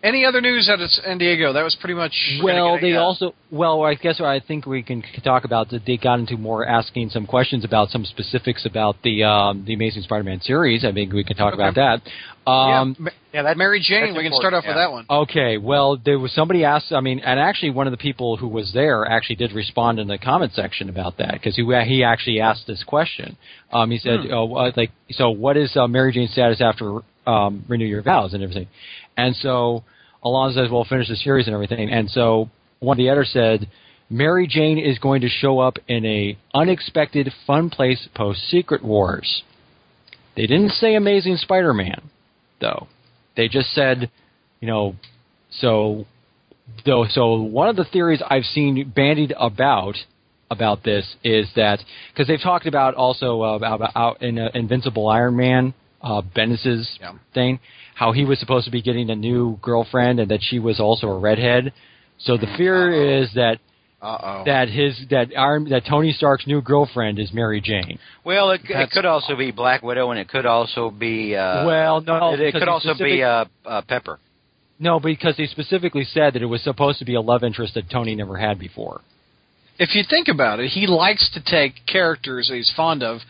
Any other news out of San Diego? That was pretty much. we're gonna Well, get a- they also well, I guess I think we can c- talk about that. They got into more asking some questions about some specifics about the um, the Amazing Spider-Man series. I think we can talk about that. Yeah, Um, Ma- yeah, that Mary Jane. that's We can important, start off with yeah. that one. Okay, well, there was somebody asked. I mean, and actually, one of the people who was there actually did respond in the comment section about that because he he actually asked this question. Um, he said, oh, uh, like, so what is uh, Mary Jane's status after um, renew your vows and everything? And so Alonzo says, well, finish the series and everything. And so one of the editors said, Mary Jane is going to show up in a unexpected fun place post Secret Wars. They didn't say Amazing Spider-Man, though. They just said, you know, so though so one of the theories I've seen bandied about about this is that because they've talked about also uh, about, about in uh, Invincible Iron Man uh, Bendis's Yeah. thing, how he was supposed to be getting a new girlfriend and that she was also a redhead. So the fear is that Uh oh. that his that Iron that Tony Stark's new girlfriend is Mary Jane. Well, it, it That's- could also be Black Widow, and it could also be uh, well, no, it, it because could the also be specific- uh, uh, Pepper. no, because they specifically said that it was supposed to be a love interest that Tony never had before. If you think about it, he likes to take characters that he's fond of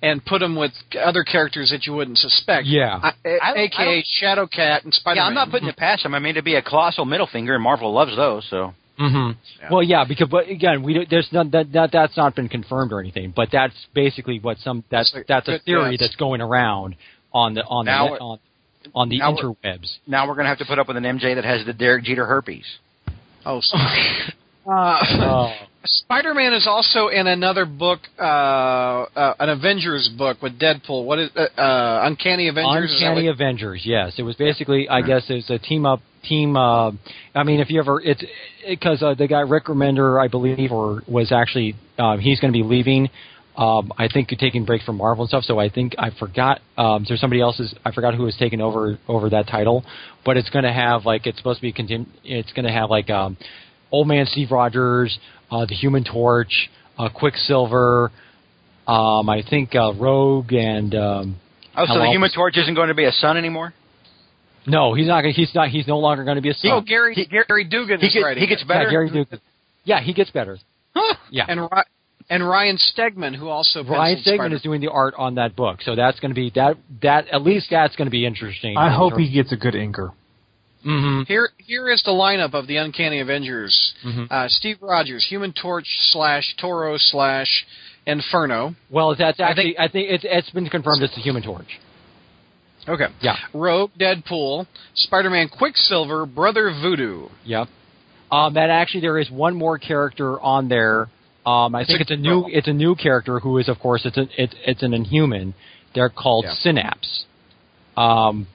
and put them with other characters that you wouldn't suspect. Yeah. I, I- I AKA don't- Shadow Cat and Spider Yeah, Man. I'm not putting it past him. I mean, it'd be a colossal middle finger, and Marvel loves those. So hmm Well, yeah, because but again, we don't- there's not that, that that's not been confirmed or anything, but that's basically what some that's That's a that's a good theory guess. that's going around on the on the Now net- it- on, on the now it- interwebs. now we're gonna have to put up with an MJ that has the Derek Jeter herpes. Oh, (laughs) sorry. uh, Oh. Spider-Man is also in another book, uh, uh, an Avengers book with Deadpool. What is uh, uh, Uncanny Avengers? is that Uncanny what- Avengers. Yes, it was basically. I guess it was a team up team. Uh, I mean, if you ever, it's because uh, the guy Rick Remender, I believe, or was actually um, he's going to be leaving. Um, I think taking break from Marvel and stuff. So I think I forgot. Um, there's somebody else's. I forgot who was taking over over that title, but it's going to have like it's supposed to be. Continu- it's going to have like um, old man Steve Rogers, uh, the Human Torch, uh, Quicksilver. Um, I think uh, Rogue and um, Oh, so Hello. the Human Torch isn't going to be a son anymore? No, he's not. gonna He's not. He's no longer going to be a son. oh, Gary He- Gary Dugan He, is get- writing. he gets it. better. Yeah, Gary Dugan. Yeah, he gets better. Yeah, and Ry- and Ryan Stegman, who also penciled Ryan Stegman is Spider- doing the art on that book, so that's going to be that. That at least that's going to be interesting. I hope he gets a good inker. hmm Here, here is the lineup of the Uncanny Avengers: Mm-hmm. uh, Steve Rogers, Human Torch slash Toro slash Inferno. Well, that's I actually. I think, it's it's been confirmed it's the Human Torch. Okay. Yeah. Rogue, Deadpool, Spider-Man, Quicksilver, Brother Voodoo. Yep. Um, and actually, there is one more character on there. Um, I think a it's a new. girl. It's a new character who is, of course, it's an it's it's an Inhuman. They're called Yeah. Synapse. Um,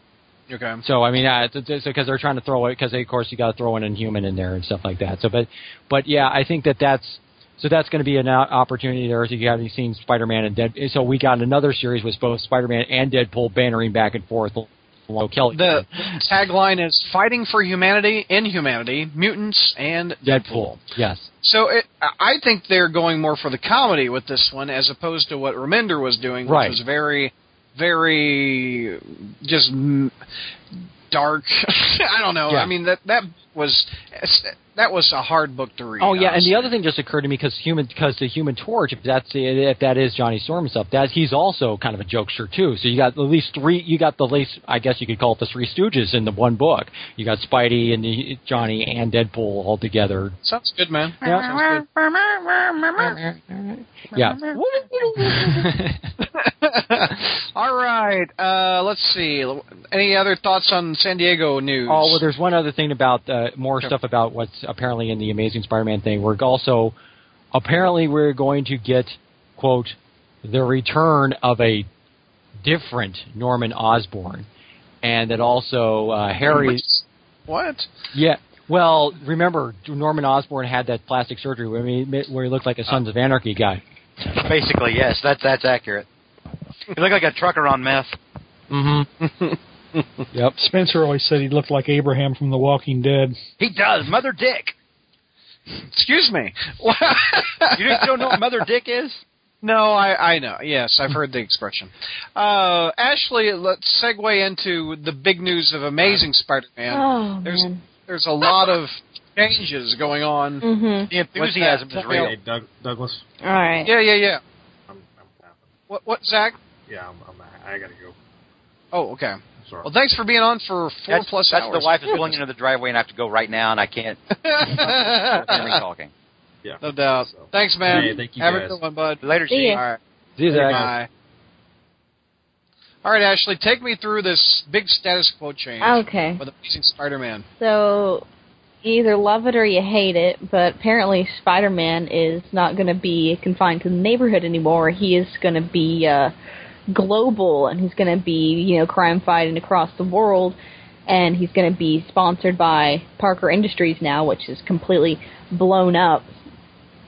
Okay. So I mean, uh, because they're trying to throw it because of course you got to throw an inhuman in there and stuff like that. So, but but yeah, I think that that's so that's going to be an o- opportunity there. If you haven't seen Spider-Man and Dead, so we got another series with both Spider-Man and Deadpool bantering back and forth. Along Kelly, The tagline is "Fighting for Humanity, Inhumanity, Mutants, and Deadpool, yes, So it, I I think they're going more for the comedy with this one, as opposed to what Remender was doing, which Right. was very, very just m- dark. (laughs) I don't know. Yeah. I mean that that was that was a hard book to read. Oh yeah, and honestly. the other thing just occurred to me because human because the Human Torch, if that's if that is Johnny Storm and stuff, that he's also kind of a jokester too. So you got at least three. You got the least, I guess you could call it the Three Stooges in the one book. You got Spidey and the, Johnny and Deadpool all together. sounds good, man. Yeah. Sounds Yeah. good. All right, uh, let's see. Any other thoughts on San Diego news? Oh well, there's one other thing about uh, more Sure. stuff about what's apparently in the Amazing Spider-Man thing. We're also apparently we're going to get quote the return of a different Norman Osborn, and that also uh, Harry. what? Yeah. Well, remember Norman Osborn had that plastic surgery where he where he looked like a Sons of Anarchy guy. Basically, yes, that's that's accurate. You look like a trucker on meth. Mm-hmm. yep. Spencer always said he looked like Abraham from The Walking Dead. He does, Mother Dick. Excuse me. (laughs) You don't- you don't know what Mother Dick is? No, I, I know. Yes, I've heard the expression. Uh, Ashley, let's segue into the big news of Amazing Spider-Man. Oh, there's man. there's a lot of changes going on. Mm-hmm. The enthusiasm is real. Hey, Doug, Douglas. All right. Yeah, yeah, yeah. I'm, I'm, What, what, Zach? yeah, I'm, I'm, I gotta go. Oh, okay. Sorry. Well, thanks for being on for four That's, plus that's hours. the wife is (laughs) pulling into the driveway, and I have to go right now, and I (laughs) can't. I'm talking. yeah. (laughs) no doubt. So- Thanks, man. Hey, thank you Have a guys. good one, bud. Later, See Steve. ya. All right. See you, Zach. Bye. All right, Ashley, take me through this big status quo change Okay. with Amazing Spider-Man. So you either love it or you hate it, but apparently Spider-Man is not going to be confined to the neighborhood anymore. He is going to be uh, global, and he's going to be you know crime fighting across the world, and he's going to be sponsored by Parker Industries now, which is completely blown up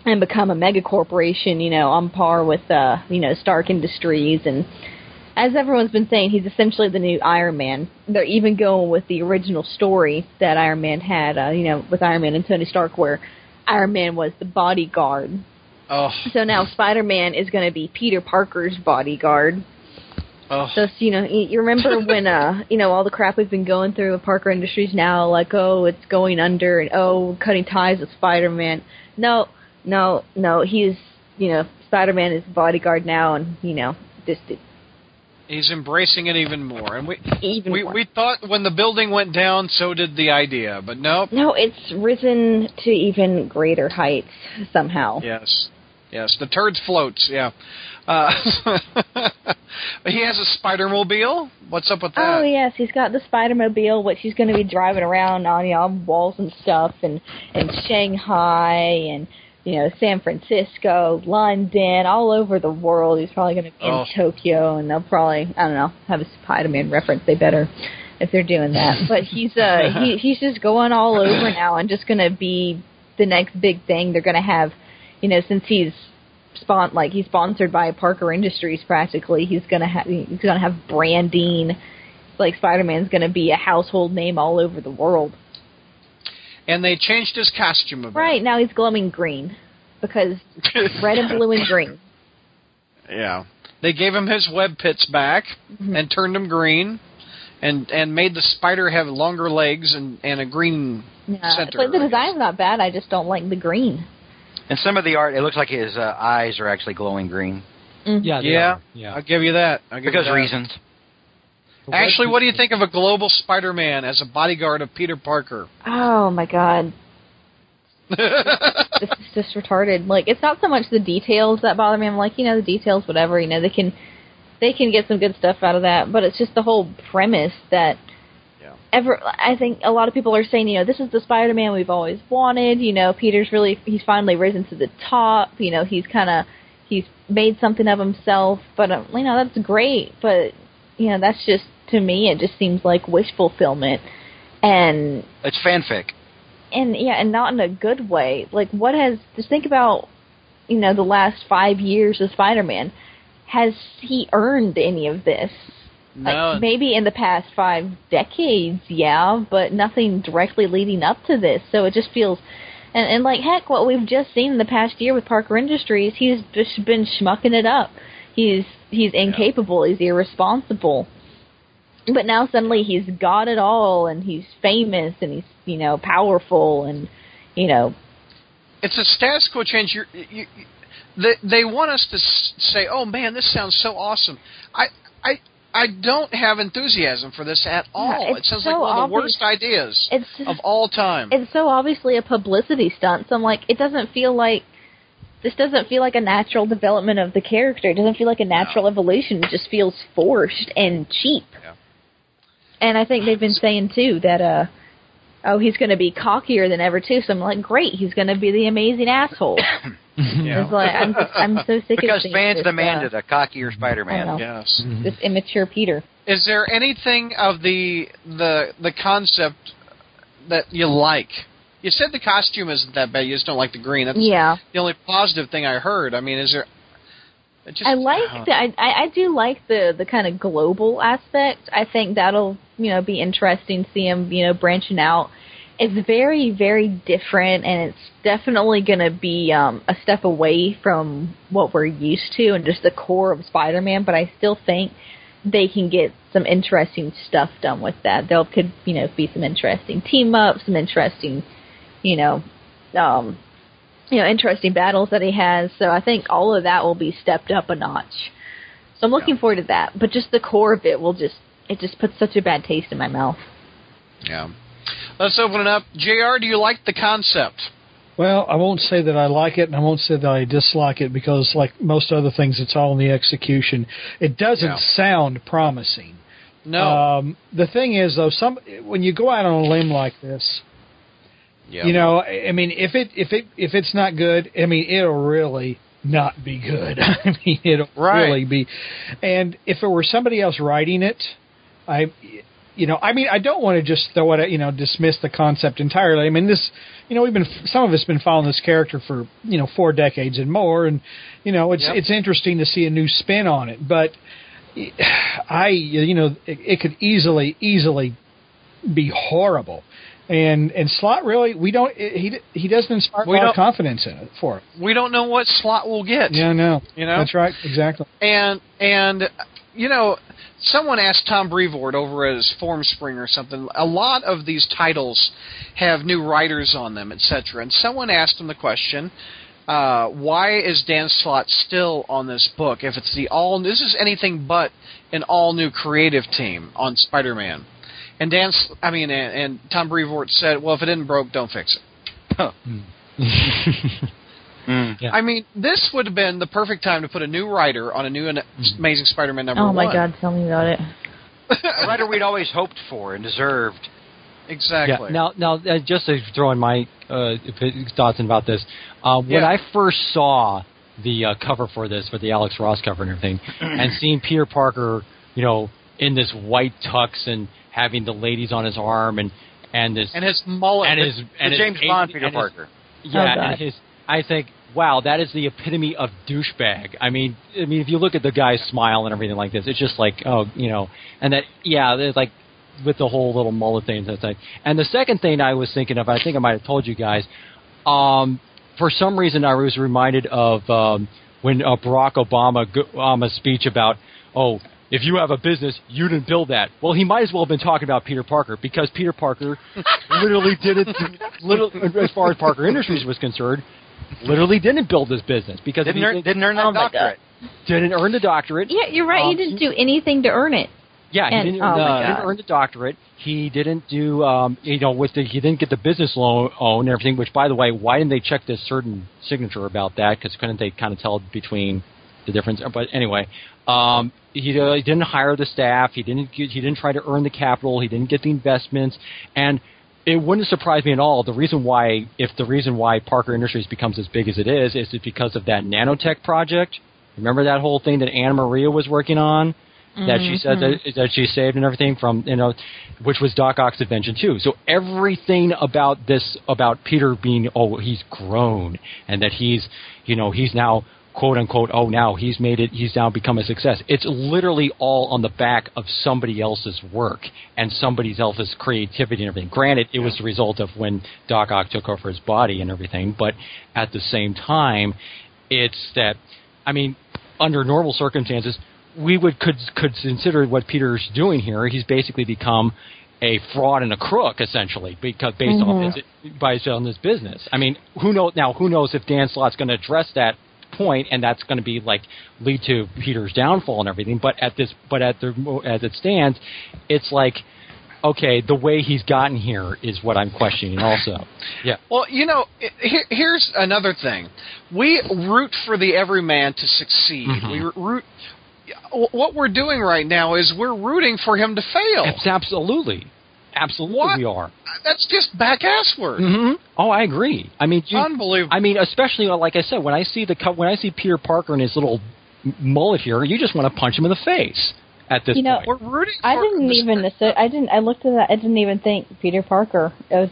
and become a mega corporation. You know, on par with uh, you know Stark Industries and as everyone's been saying, he's essentially the new Iron Man. They're even going with the original story that Iron Man had, uh, you know, with Iron Man and Tony Stark, where Iron Man was the bodyguard. Oh, So now Spider Man is going to be Peter Parker's bodyguard. oh. So you know, you you remember when uh, you know all the crap we've been going through with Parker Industries now, like oh, it's going under, and oh, cutting ties with Spider-Man. No, no, no, he's you know Spider-Man is the bodyguard now, and you know just He's embracing it even more, and we even we, more. we thought when the building went down, so did the idea, but nope. No, it's risen to even greater heights somehow. Yes, Yes, the turd floats. Yeah. Uh, (laughs) he has a spider mobile. What's up with that? Oh yes, he's got the Spider Mobile, which he's going to be driving around on you know, on walls and stuff, and and Shanghai and you know San Francisco, London, all over the world. He's probably going to be Oh. in Tokyo, and they'll probably I don't know have a Spider Man reference. They better if they're doing that. But he's (laughs) uh he, he's just going all over now, and just going to be the next big thing. They're going to have you know since he's spon like he's sponsored by Parker Industries practically. He's gonna have he's gonna have branding. Like Spider Man's gonna be a household name all over the world. And they changed his costume a bit. Right now he's glowing green (laughs) because red and blue and green. Yeah. They gave him his web pits back and turned him green and and made the spider have longer legs and and a green Mm-hmm. Yeah. center. But the I guess. design's not bad. I just don't like the green. And some of the art, it looks like his uh, eyes are actually glowing green Yeah, they Yeah. are. yeah. I'll give you that. I'll give because you that. reasons. Ashley, what do you think of a global Spider-Man as a bodyguard of Peter (laughs) Parker? Oh my god. this is just retarded. Like it's not so much the details that bother me. I'm like, you know, the details, whatever. You know, they can they can get some good stuff out of that, but it's just the whole premise that. Ever, I think a lot of people are saying, you know, this is the Spider-Man we've always wanted. You know, Peter's really he's finally risen to the top. You know, he's kind of he's made something of himself. But um, you know, that's great. But you know, that's just to me, it just seems like wish fulfillment. And It's fanfic. and yeah, and not in a good way. Like, what has just think about, you know, the last five years of Spider-Man. Has he earned any of this? No. Like, maybe in the past five decades, yeah, but nothing directly leading up to this. So it just feels, and, and like heck, what we've just seen in the past year with Parker Industries, he's just been schmucking it up. He's he's incapable. He's irresponsible. But now suddenly he's got it all, and he's famous, and he's you know powerful, and you know It's a status quo change. You're, you, you, they, they want us to s- say, "Oh man, this sounds so awesome." I I I don't have enthusiasm for this at all. it it's sounds so like one of the obvious. worst ideas it's of all time. it's so obviously a publicity stunt. So I'm like, it doesn't feel like this doesn't feel like a natural development of the character. It doesn't feel like a natural evolution. It just feels forced and cheap. And I think they've been saying too that uh oh he's going to be cockier than ever too. So I'm like, great, he's going to be the amazing (coughs) asshole. It's like I'm just, I'm so sick of Because seeing fans this, demanded uh, a cockier Spider-Man. I Oh. know. yes. This immature Peter. Is there anything of the the the concept that you like? You said the costume isn't that bad. You just don't like the green. That's Yeah. the only positive thing I heard. I mean, is there? it Just, I like the I I I do like the the kind of global aspect. I think that'll you know be interesting to see him you know branching out. It's very very different, and it's definitely going to be um, a step away from what we're used to and just the core of Spider-Man. But I still think they can get some interesting stuff done with that. There could you know be some interesting team ups, some interesting you know um, you know interesting battles that he has. So I think all of that will be stepped up a notch. So I'm looking forward to that, but just the core of it will just it just puts such a bad taste in my mouth. Yeah. Let's open it up. Jr. Do you like the concept? Well, I won't say that I like it, and I won't say that I dislike it because, like most other things, it's all in the execution. It doesn't Yeah. sound promising. No. Um, the thing is, though, some when you go out on a limb like this, yeah. you know, I I mean, if it if it if it's not good, I mean, it'll really not be good. (laughs) I mean, it'll Right. really be. And if it were somebody else writing it, I, you know, I mean, I don't want to just throw it, at- you know, dismiss the concept entirely. I mean, this, you know, we've been some of us been following this character for you know four decades and more, and you know, it's Yep. it's interesting to see a new spin on it, but. (sighs) I, you know, it, it could easily, easily be horrible. And and Slot really, we don't. He he doesn't inspire a We lot don't- of confidence in it for. It. We don't know what slot we'll get. Yeah, no, You know? that's right, exactly. And and you know, someone asked Tom Brevoort over at his Form Spring or something. A lot of these titles have new writers on them, etc. And someone asked him the question, uh, why is Dan Slott still on this book if it's the all this is anything but an all new creative team on Spider-Man? And Dan, S- I mean, and, (laughs) Hmm. and Tom Brevoort said, "Well, if it isn't broke, don't fix it." Yeah. I mean, this would have been the perfect time to put a new writer on a new an- Mm-hmm. Amazing Spider-Man number oh my one. god, tell me about it. A writer we'd always hoped for and deserved. Exactly. Yeah. Now, now, uh, just to throw in my uh, thoughts about this, uh, when Yeah. I first saw the uh, cover for this, for the Alex Ross cover (clears throat) and everything, and seeing Peter Parker, you know, in this white tux and having the ladies on his arm and and this and his mullet. and his The and his James Bond eight- Peter and his- Parker. Oh, yeah, God. and his, I think, wow, that is the epitome of douchebag. I mean, I mean, if you look at the guy's smile and everything like this, it's just like, oh, you know, and that, yeah, there's like with the whole little mullet thing. That's like, and the second thing I was thinking of, I think I might have told you guys, um, for some reason I was reminded of um, when uh, Barack Obama go- Obama's speech about, oh. If you have a business, you didn't build that. Well, he might as well have been talking about Peter Parker because Peter (laughs) Parker literally did it. Little, as far as Parker Industries was concerned, literally didn't build this business because Didn't he earn, didn't earn that Oh my God. doctorate. didn't earn the doctorate. Yeah, you're right. Um, you didn't do anything to earn it. Yeah, he And- didn't, oh earn, my the, didn't God. earn the doctorate. He didn't do, um, you know, with the he didn't get the business loan own and everything. Which, by the way, why didn't they check this certain signature about that? Because couldn't they kind of tell between the difference? But anyway, um, he, uh, he didn't hire the staff. He didn't get, he didn't try to earn the capital. He didn't get the investments, and it wouldn't surprise me at all. The reason why, if the reason why Parker Industries becomes as big as it is, is it because of that nanotech project. Remember that whole thing that Anna Maria was working on, that she said that, that she saved and everything from you know, which was Doc Ock's invention too. So everything about this, about Peter being oh he's grown and that he's you know he's now quote unquote oh now he's made it he's now become a success. It's literally all on the back of somebody else's work and somebody else's creativity and everything. Granted, it was the result of when Doc Ock took over his body and everything, but at the same time, it's that I mean, under normal circumstances, we would could could consider what Peter's doing here. He's basically become a fraud and a crook, essentially, because based on his based on his business. I mean, who knows now? Who knows if Dan Slott's going to address that point, and that's going to be like lead to Peter's downfall and everything. But at this, but at the mo- as it stands, it's like. Okay, the way he's gotten here is what I'm questioning. Also, yeah, Well, you know, i- here, here's another thing. We root for the everyman to succeed. Mm-hmm. We root. What we're doing right now is we're rooting for him to fail. Abs- absolutely, absolutely, What? we are. That's just back ass work. hmm Oh, I agree. I mean, you, Unbelievable. I mean, especially uh, like I said, when I see the co- when I see Peter Parker and his little m- mullet here, you just want to punch him in the face at this You know, point. we're rooting. For I didn't him to even assi- I didn't. I looked at that. I didn't even think Peter Parker. It, was,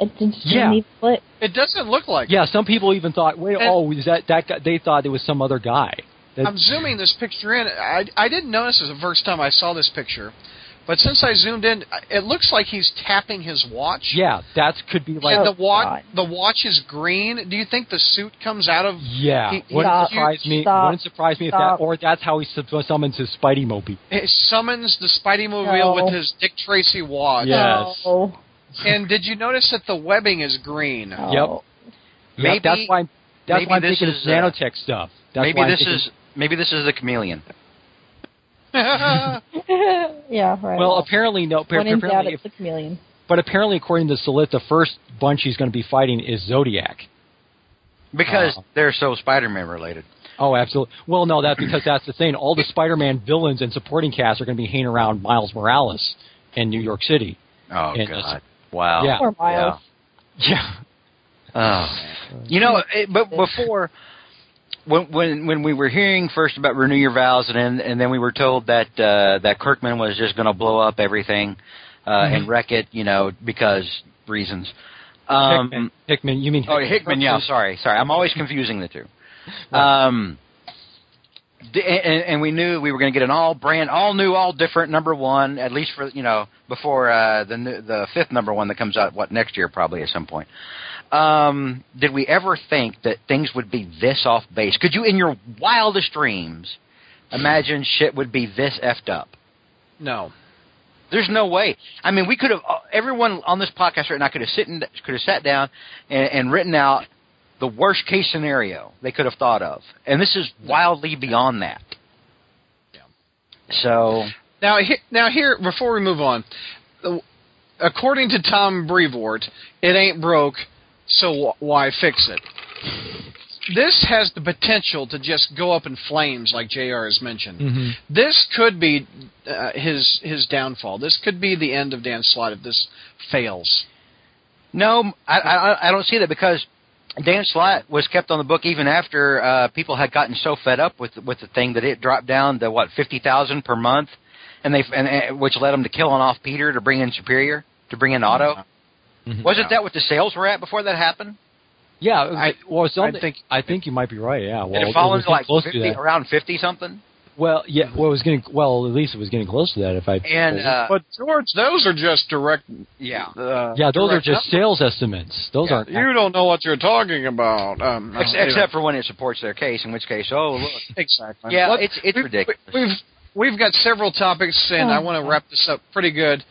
it just didn't Yeah. even click. It doesn't look like. Yeah, some people even thought, wait, And- oh, is that that guy? They thought it was some other guy. That- I'm zooming this picture in. I, I didn't notice this the first time I saw this picture, but since I zoomed in, it looks like he's tapping his watch. yeah, that could be like And the Oh, watch, God. the watch is green. Do you think the suit comes out of? yeah. He- he- wouldn't Stop. surprise me. Stop. Wouldn't surprise me if Stop. that or that's how he sub- summons his Spidey mobile. He summons the Spidey mobile No. with his Dick Tracy watch. Yes. No. And did you notice that the webbing is green? Yep. Oh. Maybe- yep. That's why. I'm, that's maybe why I'm this thinking is, it's uh, nanotech stuff. That's maybe why I'm this thinking- is maybe this is the chameleon. (laughs) yeah. Right. well. Apparently, no. when in doubt, Apparently, if it's a chameleon. But apparently, according to Solith, the first bunch he's going to be fighting is Zodiac. Because Oh. they're so Spider-Man related. Oh, absolutely. Well, no, that's because that's the thing. All the Spider-Man villains and supporting cast are going to be hanging around Miles Morales in New York City. Oh Yeah, that's- God! Wow. Yeah. Poor Miles. Yeah. Oh, you know, it, but before when when when we were hearing first about renew your vows, and then and then we were told that uh, that Kirkman was just going to blow up everything uh, and wreck it, you know, because reasons. Um, Hickman. Hickman. uh, You mean Oh, Hickman. Yeah, I'm sorry, sorry. I'm always confusing the two. Um, d- and, and we knew we were going to get an all brand, all new, all different number one, at least for you know before uh, the new- the fifth number one that comes out what next year probably at some point. Um, did we ever think that things would be this off base? Could you, in your wildest dreams, imagine shit would be this effed up? (laughs) No. There's no way. I mean, we could have everyone on this podcast right now could have sit and, could have sat down and, and written out the worst case scenario they could have thought of, and this is wildly beyond that. So Now, he, now here before we move on, the- according to Tom Brevoort, it ain't broke, so wh- why fix it? this has the potential to just go up in flames, like Jr. has mentioned. This could be uh, his his downfall. This could be the end of Dan Slott if this fails. (laughs) No, I, I I don't see that because Dan Slott was kept on the book even after uh, people had gotten so fed up with with the thing that it dropped down to what fifty thousand per month, and they and, and which led them to killing off Peter to bring in Superior to bring in Otto. Mm-hmm. Wasn't that what the sales were at before that happened? Yeah, it was- I- well, it's I something- think- I think you might be right. Yeah, well, Did it fall was into like close to fifty that. around fifty something? Well, yeah, well, it was getting well. At least it was getting close to that. If I And uh, But George, those are just direct. yeah, Uh, yeah, those are direct just sales estimates. Those Yeah, aren't. You don't know what you're talking about. Um, Ex- uh, except for when it supports their case, in which case, oh look, Exactly. yeah, Let- it's it's we've, ridiculous. We've we've got several topics, and Oh, I want to wrap this up pretty good.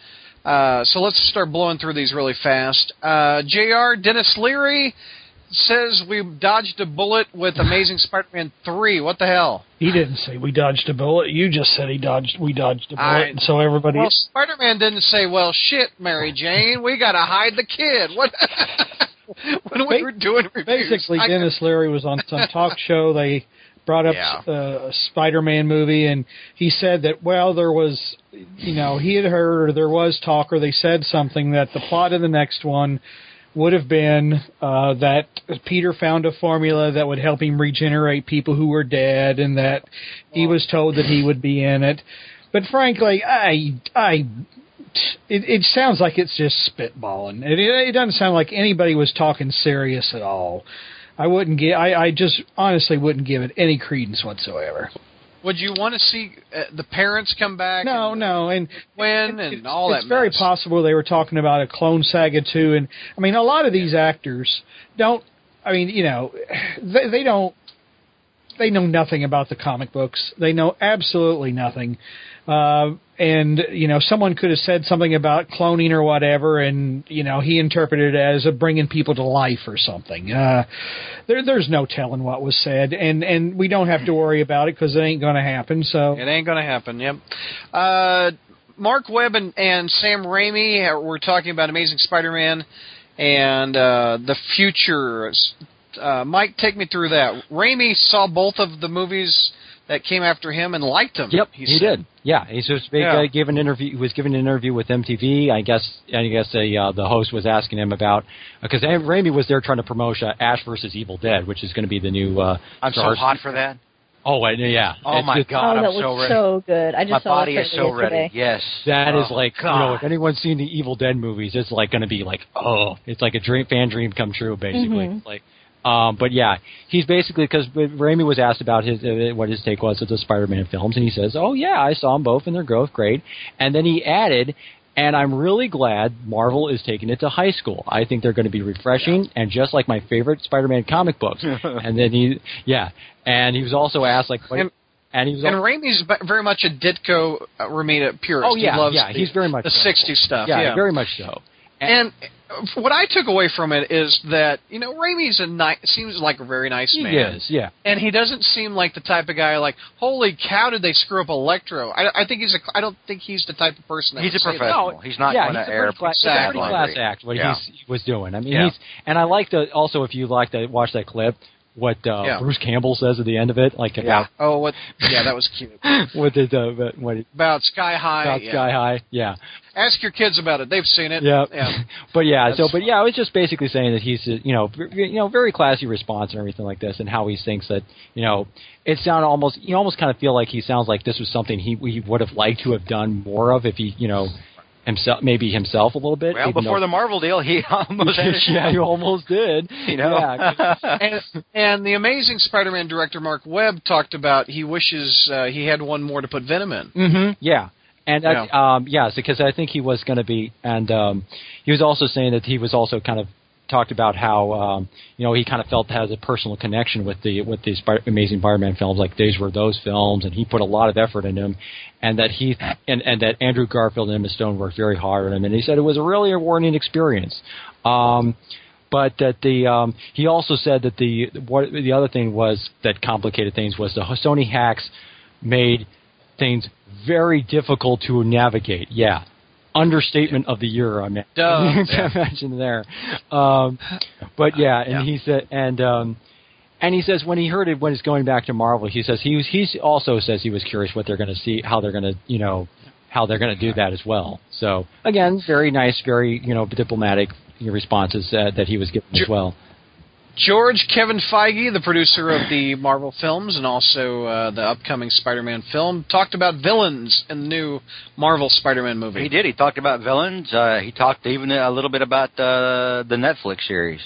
Uh, so let's start blowing through these really fast. Uh, Jr. Dennis Leary says we dodged a bullet with Amazing Spider-Man three. What the hell? He didn't say we dodged a bullet. You just said he dodged. We dodged a bullet, I- and so everybody. Well, Spider-Man didn't say, "Well, shit, Mary Jane, we gotta hide the kid." What? (laughs) when we Ba- were doing reviews, basically, I- Dennis Leary was on some talk show. They brought up Yeah. uh, a Spider-Man movie, and he said that well, there was, you know, he had heard or there was talk or they said something that the plot of the next one would have been uh, that Peter found a formula that would help him regenerate people who were dead, and that he was told that he would be in it. But frankly, I, I it, it sounds like it's just spitballing. It, it, it doesn't sound like anybody was talking serious at all. I wouldn't get. I, I just honestly wouldn't give it any credence whatsoever. would you want to see uh, the parents come back? No, and no, and When it's- and all that. It's very mess? possible they were talking about a clone saga too, and I mean, a lot of these actors don't. I mean, you know, they, they don't. They know nothing about the comic books. They know absolutely nothing. Uh, and you know, someone could have said something about cloning or whatever, and you know, he interpreted it as a bringing people to life or something. Uh, there, there's no telling what was said, and and we don't have to worry about it because it ain't going to happen. So It ain't gonna happen. Yep. Uh, Mark Webb and, and Sam Raimi were talking about Amazing Spider-Man and uh, the future. Uh, Mike, take me through that. Raimi saw both of the movies that came after him and liked them. Yep, he, he, said. did. Yeah, he just big, Yeah. uh, gave an interview. He was giving an interview with MTV. I guess. I guess the uh, the host was asking him about because Raimi was there trying to promote uh, Ash versus Evil Dead, which is going to be the new. Uh, I'm so Star- hot for that. Oh, I, yeah. Oh It's my just- god, oh, that I'm so was ready. so good. I just My saw body it is so ready. yesterday. Yes, That is Oh, like you know, if anyone's seen the Evil Dead movies, it's like going to be like, oh, it's like a dream fan dream come true, basically. Mhm. Mm-hmm. Like, um, but yeah, he's basically because Raimi was asked about his uh, what his take was of the Spider-Man films, and he says, oh yeah, I saw them both, and they're both great. And then he added, and I'm really glad Marvel is taking it to high school. I think they're going to be refreshing and just like my favorite Spider-Man comic (laughs) books. and then he, yeah, and he was also asked like, what, And- and, he was And al- Raimi's b- very much a Ditko uh, Ramita purist. Oh, yeah, he loves yeah, the, he's very much the so. '60s stuff. yeah, yeah. very much so. And uh, what I took away from it is that you know Raimi's a nice seems like a very nice He man. is, yeah. and he doesn't seem like the type of guy like, holy cow, did they screw up Electro? I, I think he's a. I don't think he's the type of person. That he's would say a that. professional. No, he's not yeah, going he's to a air pretty class, he's a pretty Exactly. class act what Yeah. he's, he was doing. I mean, Yeah. he's and I like the also if you like to watch that clip, what uh, Yeah. Bruce Campbell says at the end of it, like about Oh, what? Yeah, that was cute. (laughs) what the uh, what- what About Sky High. about yeah. Sky High, yeah, Ask your kids about it. They've seen it. yeah, Yeah. (laughs) but yeah, so That's but yeah, I was just basically saying that he's uh, you know v- you know very classy response and everything like this, and how he thinks that you know it sound almost you almost kind of feel like he sounds like this was something he he would have liked to have done more of if he you know himself maybe himself a little bit Well, even before though- the Marvel deal, he (laughs) almost had it. (laughs) yeah, you almost did. You know, Yeah, 'cause- And, and the amazing Spider-Man director Mark Webb talked about he wishes uh, he had one more to put Venom in. hmm yeah. And that's, um, yeah, because I think he was going to be, and um, he was also saying that he was also kind of talked about how um, you know he kind of felt has a personal connection with the with the Spir- amazing Spider-Man films, like these were those films, and he put a lot of effort in them, and that he and, and that Andrew Garfield and Emma Stone worked very hard on him, and he said it was a really rewarding experience. Um, but that the um, he also said that the what the other thing was that complicated things was the Sony hacks made things very difficult to navigate. Yeah, understatement of the year. I mean, Duh. (laughs) imagine there. Um, but yeah, and Yeah. he said, and um, And he says when he heard it when it's going back to Marvel, he says he was he's also says he was curious what they're going to see, how they're going to you know how they're going to do that as well. So again, very nice, very you know diplomatic responses uh, that he was giving as Ju- well. George Kevin Feige, the producer of the Marvel films and also uh, the upcoming Spider-Man film, talked about villains in the new Marvel Spider-Man movie. He did. He talked about villains. Uh, he talked even a little bit about uh, the Netflix series,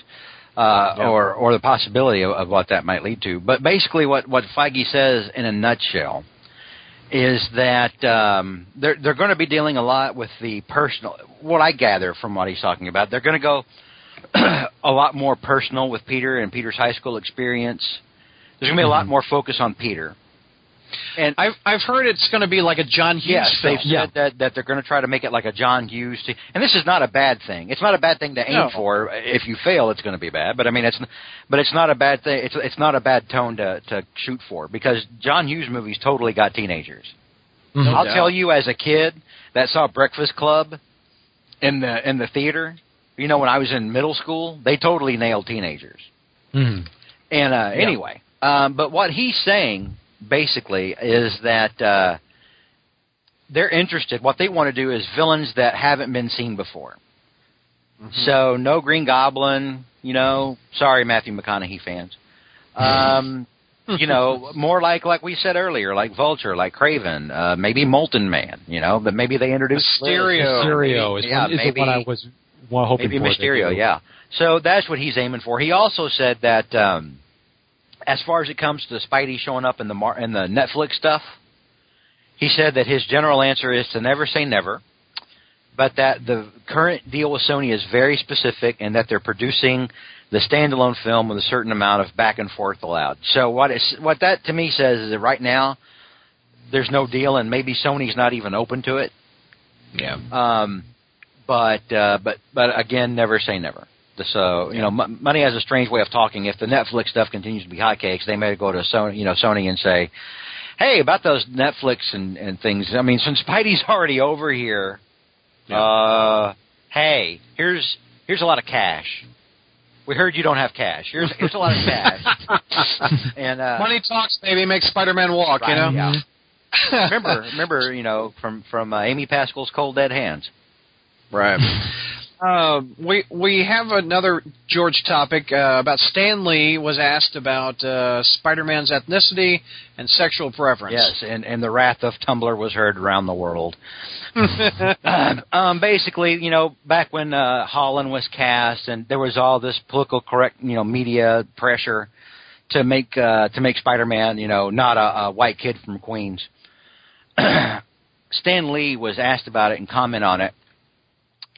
uh, or or the possibility of, of what that might lead to. But basically, what what Feige says in a nutshell is that um, they're they're going to be dealing a lot with the personal. What I gather from what he's talking about, they're going to go (clears throat) a lot more personal with Peter and Peter's high school experience. There's going to be a lot more focus on Peter. And I've I've heard it's going to be like a John Hughes Yes, film. they've said that, that they're going to try to make it like a John Hughes. Thing. And this is not a bad thing. It's not a bad thing to aim No. for. If you fail, it's going to be bad. But I mean, it's n- but it's not a bad thing. It's it's not a bad tone to to shoot for because John Hughes movies totally got teenagers. No I'll doubt. tell you, as a kid that saw Breakfast Club in the in the theater, you know, when I was in middle school, they totally nailed teenagers. Hmm. And uh, anyway, um, but what he's saying basically is that uh, they're interested. What they want to do is villains that haven't been seen before. So no Green Goblin, you know. Sorry, Matthew McConaughey fans. (laughs) Um, you know, more like like we said earlier, like Vulture, like Craven, uh, maybe Molten Man. You know, but maybe they introduce Mysterio. Mysterio is, Yeah, one, is maybe- the one I was wa- hoping Maybe for. that Mysterio, they- yeah. So that's what he's aiming for. He also said that um, as far as it comes to Spidey showing up in the mar- in the Netflix stuff, he said that his general answer is to never say never, but that the current deal with Sony is very specific and that they're producing the standalone film with a certain amount of back and forth allowed. So what is what that to me says is that right now there's no deal and maybe Sony's not even open to it. Yeah. Um, but uh, but but again, never say never. So you know, m- money has a strange way of talking. If the Netflix stuff continues to be hotcakes, they may go to Sony, you know, Sony and say, "Hey, about those Netflix and and things. I mean, since Spidey's (laughs) already over here, uh, hey, here's here's a lot of cash. We heard you don't have cash. Here's here's a lot of cash. and uh, Money talks, baby. Make Spider-Man walk. you know. Right, yeah. (laughs) remember, remember, you know, from from uh, Amy Pascal's Cold Dead Hands. Right. Uh, we we have another George topic uh, about Stan Lee was asked about uh, Spider-Man's ethnicity and sexual preference. Yes, and, and the wrath of Tumblr was heard around the world. um, basically, you know, back when uh, Holland was cast, and there was all this political correct, you know, media pressure to make uh, to make Spider-Man, you know, not a, a white kid from Queens. (clears throat) Stan Lee was asked about it and comment on it,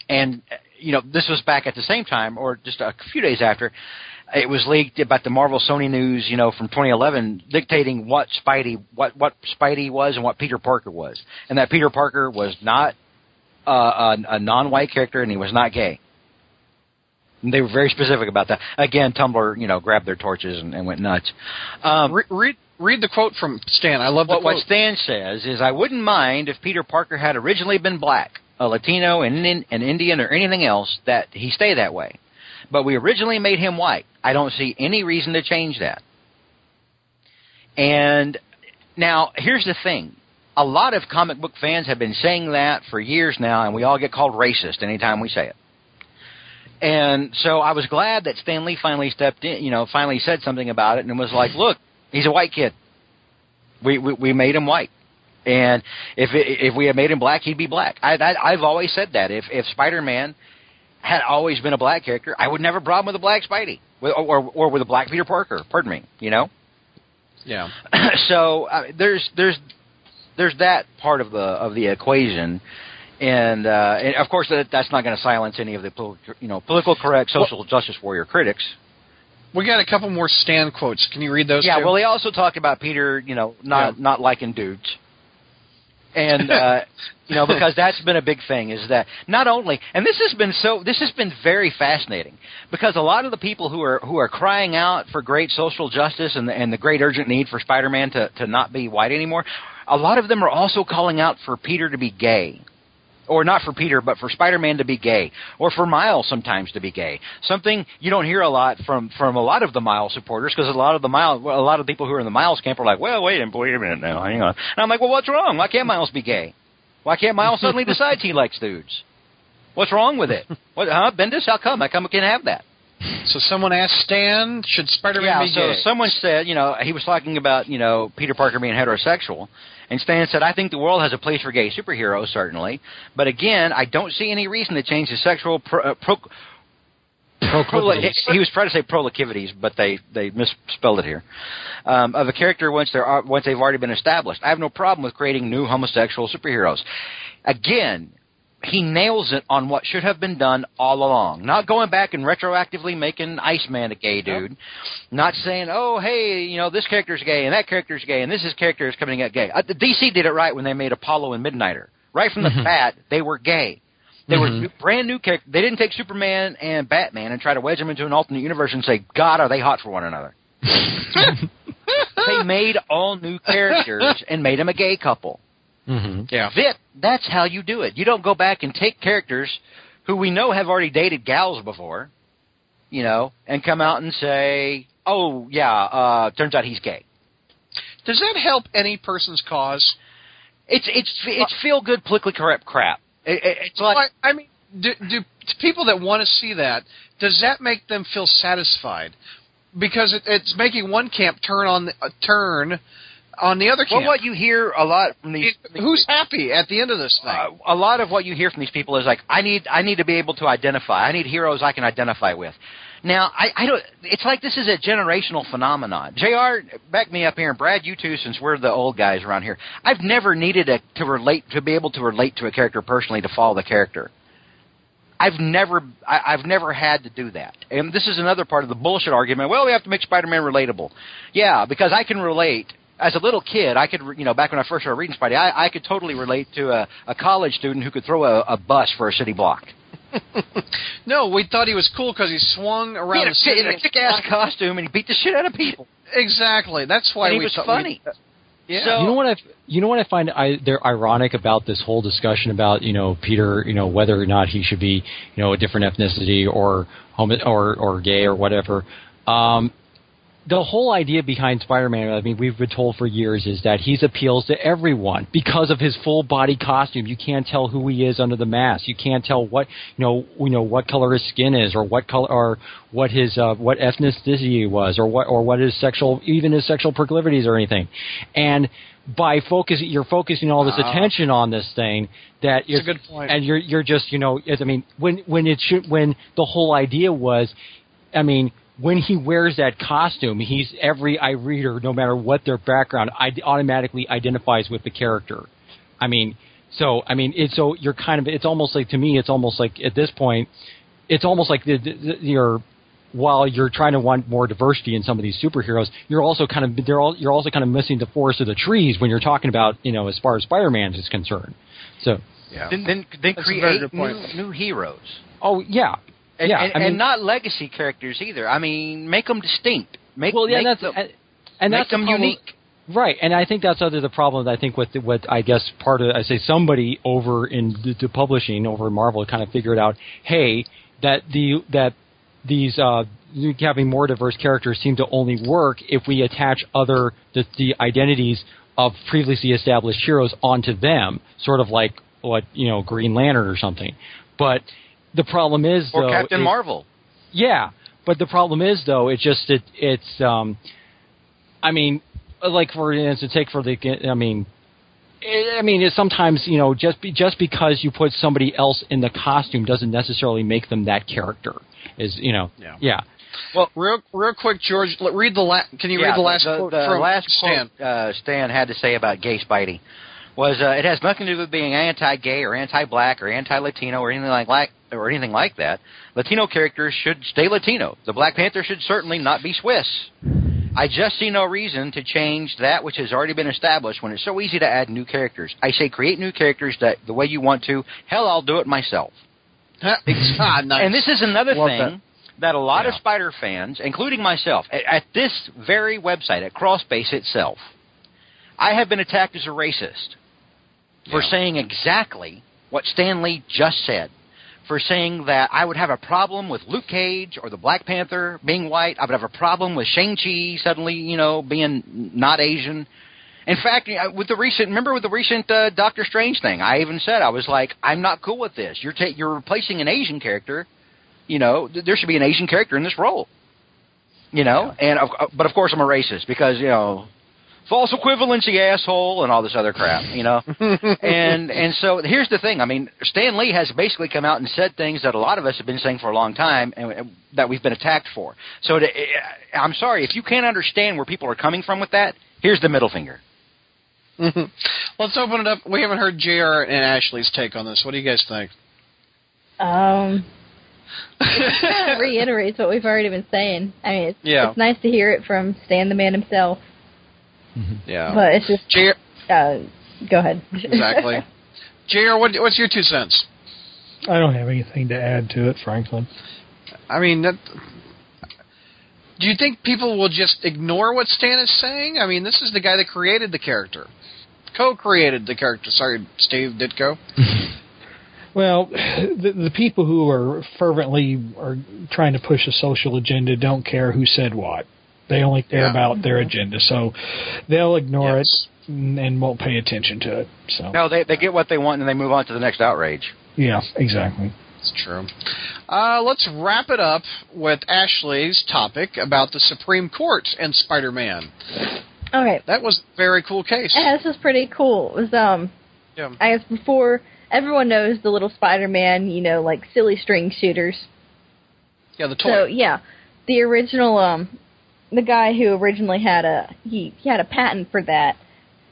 and uh, you know, this was back at the same time, or just a few days after. It was leaked about the Marvel Sony news, you know, from 2011, dictating what Spidey, what what Spidey was and what Peter Parker was, and that Peter Parker was not uh, a, a non-white character and he was not gay. And they were very specific about that. Again, Tumblr, you know, grabbed their torches and, and went nuts. Um, Re- read read the quote from Stan. I love the what, quote. what Stan says is, I wouldn't mind if Peter Parker had originally been black, a Latino, an, Indian- an Indian, or anything else, that he stay that way. But we originally made him white. I don't see any reason to change that. And now, here's the thing. A lot of comic book fans have been saying that for years now, and we all get called racist anytime we say it. And so I was glad that Stan Lee finally stepped in, you know, finally said something about it and was like, look, he's a white kid. We, we we made him white, and if it, if we had made him black, he'd be black. I, I I've always said that. If if Spider Man had always been a black character, I would never have a problem with a black Spidey, with, or or with a black Peter Parker. Pardon me, you know. yeah. (clears throat) so uh, there's there's there's that part of the of the equation. And, uh, and of course, that, that's not going to silence any of the poli- you know political correct social justice warrior critics. We got a couple more Stan quotes. Can you read those? Yeah, two? well, they also talked about Peter, you know, not not liking dudes, (laughs) and uh, you know because that's been a big thing is that not only and this has been so this has been very fascinating because a lot of the people who are who are crying out for great social justice and the, and the great urgent need for Spider-Man to to not be white anymore, a lot of them are also calling out for Peter to be gay or not for Peter, but for Spider-Man to be gay, or for Miles sometimes to be gay. Something you don't hear a lot from from a lot of the Miles supporters because a lot of the Miles, well, a lot of people who are in the Miles camp are like, well, wait a minute, wait a minute now, hang on. And I'm like, well, what's wrong? Why can't Miles be gay? Why can't Miles suddenly decide he likes dudes? What's wrong with it? What, huh, Bendis? How come? How come we can't have that? So someone asked Stan, should Spider-Man yeah, be so gay? someone said, you know, he was talking about, you know, Peter Parker being heterosexual, and Stan said, I think the world has a place for gay superheroes, certainly, but again, I don't see any reason to change the sexual pro, uh, pro, Proclivities. Proli- he was trying to say proliquivities, but they they misspelled it here. Um, of a character once they're al- once they've already been established. I have no problem with creating new homosexual superheroes. Again, he nails it on what should have been done all along. Not going back and retroactively making Iceman a gay dude. Not saying, oh hey, you know this character's gay and that character's gay and this is character is coming out gay. Uh, the DC did it right when they made Apollo and Midnighter. Right from the bat, they were gay. They were new, brand new characters. They didn't take Superman and Batman and try to wedge them into an alternate universe and say, God, are they hot for one another? they made all new characters and made them a gay couple. Mm-hmm. yeah. Vic, that's how you do it. You don't go back and take characters who we know have already dated gals before, you know, and come out and say, oh, yeah, uh, turns out he's gay. Does that help any person's cause? It's, it's, it's feel good, politically correct crap. It, it, it's like, I, I mean, do, do to people that want to see that, does that make them feel satisfied? Because it, it's making one camp turn on the, uh, turn on the other camp. well, what you hear a lot from these. It- who's happy at the end of this thing? uh, a lot of what you hear from these people is like, I need, I need to be able to identify. I need heroes I can identify with. Now, I, I don't. It's like this is a generational phenomenon. Jr. Back me up here, and Brad, you too, since we're the old guys around here. I've never needed a, to relate to be able to relate to a character personally to follow the character. I've never, I, I've never had to do that. And this is another part of the bullshit argument. Well, we have to make Spider-Man relatable. Yeah, because I can relate. As a little kid, I could, re- you know, back when I first started reading Spidey, I, I could totally relate to a, a college student who could throw a, a bus for a city block. No, we thought he was cool because he swung He around had the a, city. in a kick-ass (laughs) costume and he beat the shit out of people. Exactly. That's why And he we was thought funny. we- yeah. So- You know what I you know what I find I, they're ironic about this whole discussion about you know Peter you know whether or not he should be you know a different ethnicity or homo or or gay or whatever. Um, the whole idea behind Spider-Man, I mean, we've been told for years, is that he appeals to everyone because of his full body costume. You can't tell who he is under the mask. You can't tell what you know, you know what color his skin is, or what color, or what his uh, what ethnicity he was, or what or what his sexual, even his sexual proclivities or anything. And by focus, you're focusing all this attention on this thing that That's it's Ah. a good point. And you're you're just you know, it's, I mean, when when it should when the whole idea was I mean, when he wears that costume, he's every I reader, no matter what their background, I automatically identifies with the character. I mean, so I mean, it's so you're kind of it's almost like to me, it's almost like at this point, it's almost like the, the, the, you're while you're trying to want more diversity in some of these superheroes, you're also kind of they're all you're also kind of missing the forest of the trees when you're talking about you know as far as Spider-Man is concerned. So Then, then, then That's a very create good new, point. new heroes. oh yeah. And, yeah, and, I mean, and not legacy characters either. I mean, make them distinct. Make well, yeah, make that's them, and, and make that's the them problem- unique. Right, and I think that's other the problem. I think with what I guess part of I say somebody over in the, the publishing over in Marvel kind of figured out, hey, that the that these uh, having more diverse characters seem to only work if we attach other the, the identities of previously established heroes onto them, sort of like what you know Green Lantern or something. But the problem is Or though, Captain it- Marvel. yeah, but the problem is though, it's just it, it's um, I mean, like for instance, take for the I mean, I I mean, it's sometimes you know just be, just because you put somebody else in the costume doesn't necessarily make them that character. Is you know Yeah. yeah. real, real quick, George, l- read the la- Can you yeah, read the last the, quote the from last Stan? quote uh, Stan had to say about gay Spidey was uh, it has nothing to do with being anti-gay or anti-black or anti-Latino or anything like, like or anything like that. Latino characters should stay Latino. The Black Panther should certainly not be Swiss. I just see no reason to change that which has already been established when it's so easy to add new characters. I say create new characters that the way you want to. Hell, I'll do it myself. (laughs) ah, nice. And this is another Love thing that, a lot of Spider fans, including myself, at, at this very website, at Crossbase itself, I have been attacked as a racist for saying exactly what Stan Lee just said for saying that I would have a problem with Luke Cage or the Black Panther being white. I would have a problem with Shang-Chi suddenly, you know, being not Asian. In fact, you know, with the recent, remember with the recent uh, Doctor Strange thing, I even said I was like, I'm not cool with this. You're ta- you're replacing an Asian character. You know, th- there should be an Asian character in this role. You know, and of, uh, but of course I'm a racist because you know, false equivalency, asshole, and all this other crap. You know, and and so here's the thing. I mean, Stan Lee has basically come out and said things that a lot of us have been saying for a long time, and, and that we've been attacked for. So to, eh, I'm sorry if you can't understand where people are coming from with that. Here's the middle finger. Mhm. Let's open it up. We haven't heard JR and Ashley's take on this. What do you guys think? Um, it (laughs) kind of reiterates what we've already been saying. I mean, it's, Yeah. it's nice to hear it from Stan the man himself, Mm-hmm. Yeah. but it's just JR, uh, go ahead. exactly. JR, what, what's your two cents? I don't have anything to add to it, Franklin. I mean, that, do you think people will just ignore what Stan is saying? I mean, this is the guy that created the character, co-created the character. Sorry, Steve Ditko. Well, the, the people who are fervently are trying to push a social agenda don't care who said what. They only care Yeah. about their Mm-hmm. agenda, so they'll ignore Yes. it and, and won't pay attention to it. So, No, they they get what they want and they move on to the next outrage. yeah, exactly. It's true. Uh, let's wrap it up with Ashley's topic about the Supreme Court and Spider-Man. (laughs) All right. That was a very cool case. Yeah, this was pretty cool. It was um, Yeah. I guess before everyone knows the little Spider-Man, you know, like silly string shooters. Yeah, the toy. So yeah, the original um, the guy who originally had a he, he had a patent for that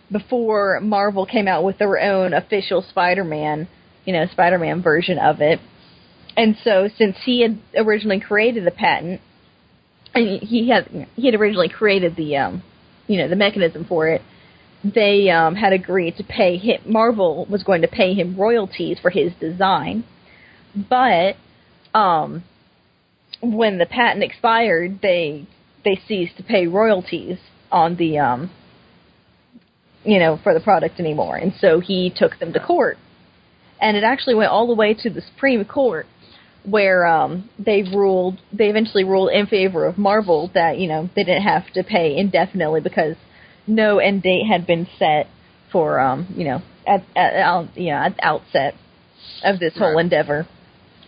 before Marvel came out with their own official Spider-Man, you know, Spider-Man version of it. And so since he had originally created the patent, and he had he had originally created the um, you know, the mechanism for it. They um, had agreed to pay him. Marvel was going to pay him royalties for his design, but um, when the patent expired, they they ceased to pay royalties on the um you know for the product anymore, and so he took them to court, and it actually went all the way to the Supreme Court, where um they ruled they eventually ruled in favor of Marvel that you know they didn't have to pay indefinitely because no end date had been set for um you know at at out, you know at the outset of this whole endeavor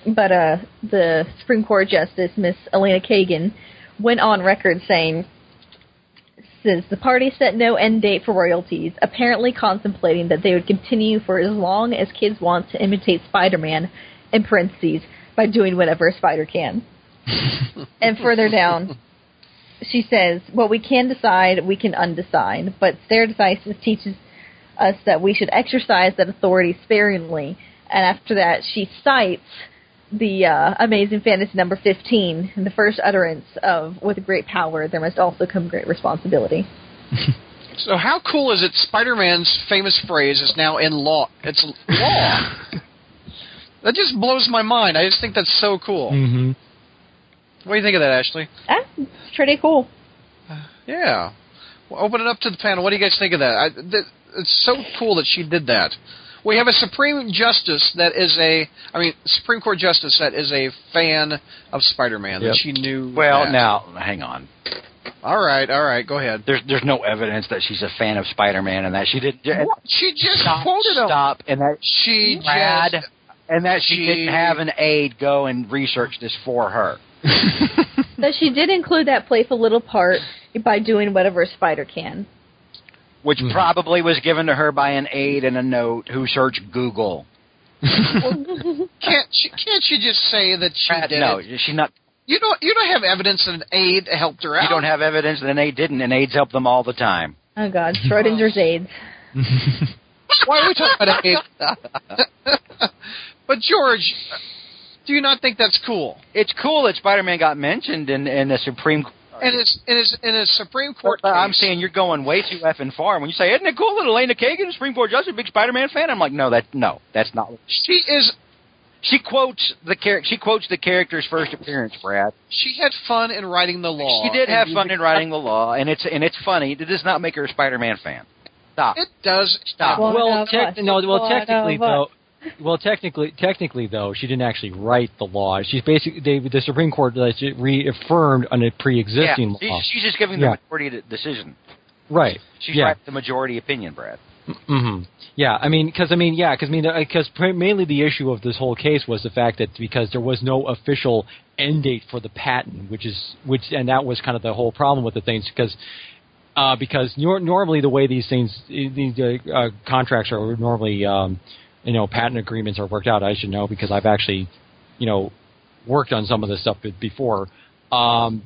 but uh, the Supreme Court Justice Miss Elena Kagan went on record saying, "Since the parties set no end date for royalties, apparently contemplating that they would continue for as long as kids want to imitate Spider-Man (in parentheses) by doing whatever a spider can." and further down, she says, "What we can decide, we can undecide, but stare decisis teaches." us that we should exercise that authority sparingly. And after that, she cites the uh, amazing fantasy number 15, the first utterance of, with great power, there must also come great responsibility. So how cool is it? Spider-Man's famous phrase is now in law. It's law. that just blows my mind. I just think that's so cool. Mm-hmm. What do you think of that, Ashley? Ah, it's pretty cool. Yeah. Well, open it up to the panel. What do you guys think of that? I, th- it's so cool that she did that. We have a Supreme Justice that is a, I mean, Supreme Court Justice that is a fan of Spider-Man. That Yep. she knew. Well, that. now hang on. All right, all right, go ahead. There's there's no evidence that she's a fan of Spider-Man and that she did. What? She just Stop, quoted him. stop, and that She Brad, just. and that she, She- didn't have an aide go and research this for her. So she did include that playful little part by doing whatever a spider can. Which probably was given to her by an aide and a note who searched Google. Can't she, can't she just say that she Brad, did Uh, no, it? she's not. You don't you don't have evidence that an aide helped her out. You don't have evidence that an aide didn't, and aides help them all the time. Oh, (laughs) God. Schrodinger's AIDS. Why are we talking about an aide? (laughs) but George, do you not think that's cool? It's cool that Spider-Man got mentioned in in the Supreme. And it's and it's in a Supreme Court. Court. I'm case- saying you're going way too effing far when you say, "Isn't it cool that Elena Kagan, the Supreme Court Justice, a big Spider-Man fan?" I'm like, "No, that no, that's not." she is. She quotes the char- She quotes the character's first appearance, Brad. She had fun in writing the law. She did have And fun in writing the law, and it's and it's funny. It does not make her a Spider-Man fan. Stop. It does Stop. One well, of us. tec- no, well, One technically of us. though, Well, technically, technically though, she didn't actually write the law. She's basically they, the Supreme Court like, reaffirmed on a Yeah, pre-existing law. she's, she's just giving the Yeah. majority de- decision. right. She's yeah. right with the majority opinion, Brad. hmm Yeah, I mean, because I mean, yeah, because I mean, because mainly the issue of this whole case was the fact that because there was no official end date for the patent, which is which, and that was kind of the whole problem with the things because. Uh, because nor- normally the way these things, these uh, uh, contracts are normally, um, you know, patent agreements are worked out. I should know because I've actually, you know, worked on some of this stuff be- before. Um,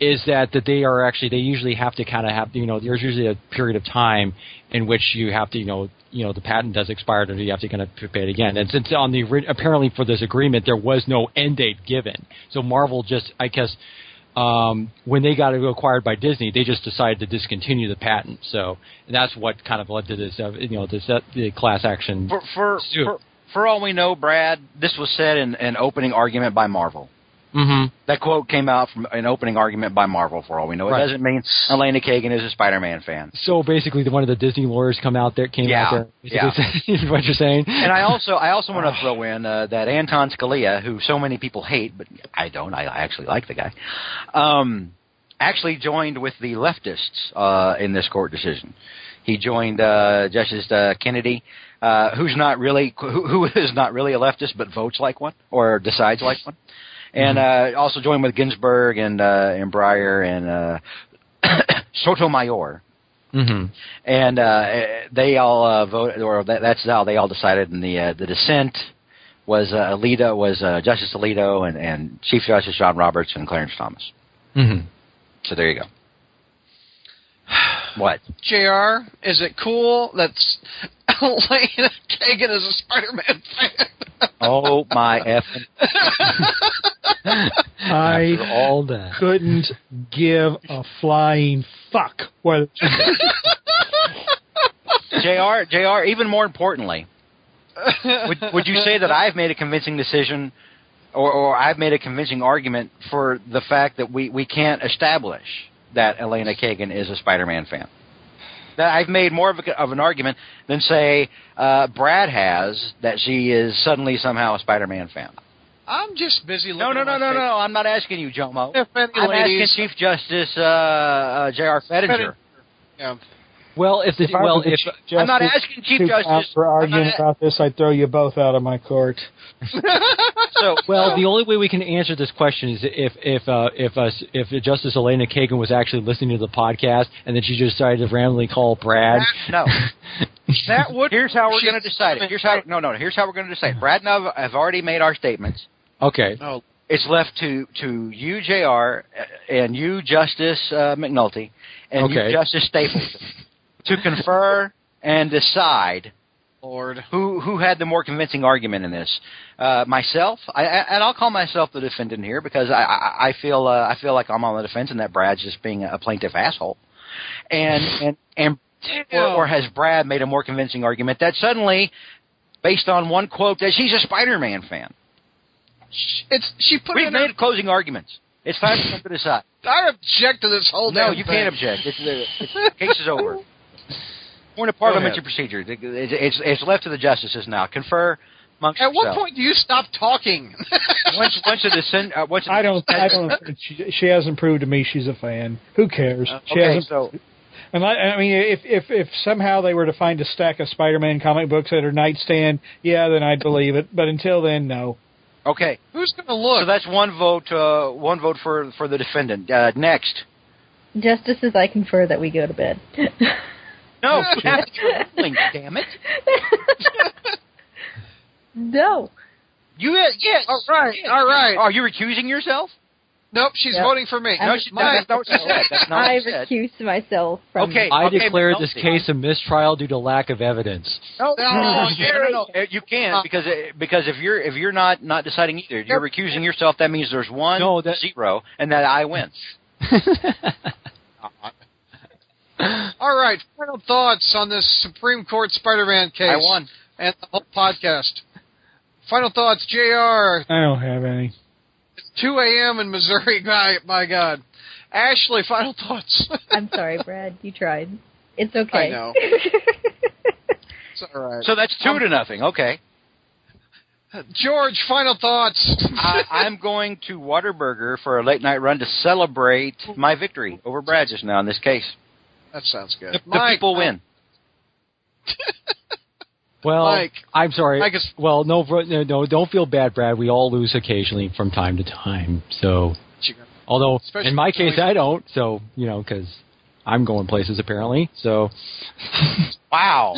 is that that they are actually they usually have to kind of have you know there's usually a period of time in which you have to you know you know the patent does expire and you have to kind of pay it again and since on the ori- apparently for this agreement there was no end date given so Marvel just I guess um, when they got acquired by Disney they just decided to discontinue the patent so and that's what kind of led to this uh, you know this uh, the class action For for, Sue. for for all we know, Brad, this was said in an opening argument by Marvel. mm-hmm. That quote came out from an opening argument by Marvel. For all we know, it Right. doesn't mean Elena Kagan is a Spider-Man fan. so basically the one of the Disney lawyers come out there came Yeah, out there basically said- (laughs) what you're saying And I also I also want to throw in uh, that Anton Scalia, who so many people hate, but I don't. I, I actually like the guy. Um, actually joined with the leftists uh, in this court decision. He joined uh, Justice uh, Kennedy, uh, who's not really who, who is not really a leftist, but votes like one or decides like one. And uh, also joined with Ginsburg and uh, and Breyer and uh, (coughs) Sotomayor mm-hmm. and uh, eh, they all uh, voted, or that, that's how they all decided. And the uh, the dissent was uh, Alito was uh, Justice Alito and, and Chief Justice John Roberts and Clarence Thomas. Mm-hmm. So there you go. (sighs) What? Jr. Is it cool that S- (laughs) Elena Kagan is a Spider-Man fan? Oh (laughs) my effing! I After all that. couldn't give a flying fuck (laughs) whether Jr. Jr. Even more importantly, would, would you say that I've made a convincing decision, or, or I've made a convincing argument for the fact that we, we can't establish that Elena Kagan is a Spider-Man fan? That I've made more of, a, of an argument than say uh, Brad has that she is suddenly somehow a Spider-Man fan. (laughs) I'm just busy looking. No, no, at no, my no, no. face. I'm not asking you, Jomo. If any I'm ladies, asking Chief Justice uh, uh, J.R. Fettinger. yeah. Well, if the If I well, was the if chief I'm not justice asking Chief who Justice. asked for I'm not arguing a- about this, I'd throw you both out of my court. so, well, the only way we can answer this question is if if uh, if uh, if Justice Elena Kagan was actually listening to the podcast and then she just decided to randomly call Brad. no. (laughs) That would. Here's how we're She- going to decide it. Here's how no no. Here's how we're going to decide. it. Brad and I have already made our statements. (laughs) Okay. No. It's left to to you, Jr. uh, and you, Justice uh, McNulty, and Okay. you, Justice Stapleton, to confer and decide Lord. who who had the more convincing argument in this. Uh, myself, I, I, and I'll call myself the defendant here because I I, I feel uh, I feel like I'm on the defense and that Brad's just being a plaintiff asshole, and (laughs) and and or, or has Brad made a more convincing argument that suddenly, based on one quote, that she's a Spider-Man fan. It's she put We've in. her- made closing arguments. It's time for them to decide. I object to this whole. No, damn you thing. can't object. It's, it's, (laughs) the case (laughs) is over. We're in a parliamentary procedure. It's, it's, it's left to the justices now. Confer amongst At what yourselves. point do you stop talking? (laughs) once once a descend, uh, once a I don't. (laughs) I don't. She, she hasn't proved to me she's a fan. Who cares? Uh, She okay, hasn't. so And I, I mean, if if if somehow they were to find a stack of Spider-Man comic books at her nightstand, yeah, then I'd believe it. But until then, no. okay, Who's going to so look? that's one vote. Uh, one vote for for the defendant. Uh, next, Justices, I confer that we go to (laughs) bed. no, we have to get a ruling, damn it. no. You uh, yes. All right, yes. all right. Are you recusing yourself? Nope, she's Yep. voting for me. I'm- No, she, no, that's not what she said. That's not I what she said. recuse myself from. Okay. I okay, declare Melty. this case a mistrial due to lack of evidence. Oh, No, No, you- no, no, no. You can't because because if you're if you're not not deciding either, you're recusing yourself. That means there's one No, that- zero, and that I win. All right, final thoughts on this Supreme Court Spider-Man case. I won. And the whole podcast. Final thoughts, Jr. I don't have any. 2 a.m. in Missouri. (laughs) My, my God. Ashley, final thoughts. (laughs) I'm sorry, Brad. You tried. It's okay. (laughs) I know. it's all right. So that's two to nothing. Okay. George, final (laughs) thoughts. I, I'm going to Waterburger for a late night run to celebrate my victory over Brad just now in this case. that sounds good. The, the Mike, people win. Well, Mike. I'm sorry. Mike is- well, no, bro- no, no, don't feel bad, Brad. We all lose occasionally from time to time. So, although Especially in my when case, we- I don't. So, you know, because I'm going places apparently. So, (laughs) (laughs) Wow.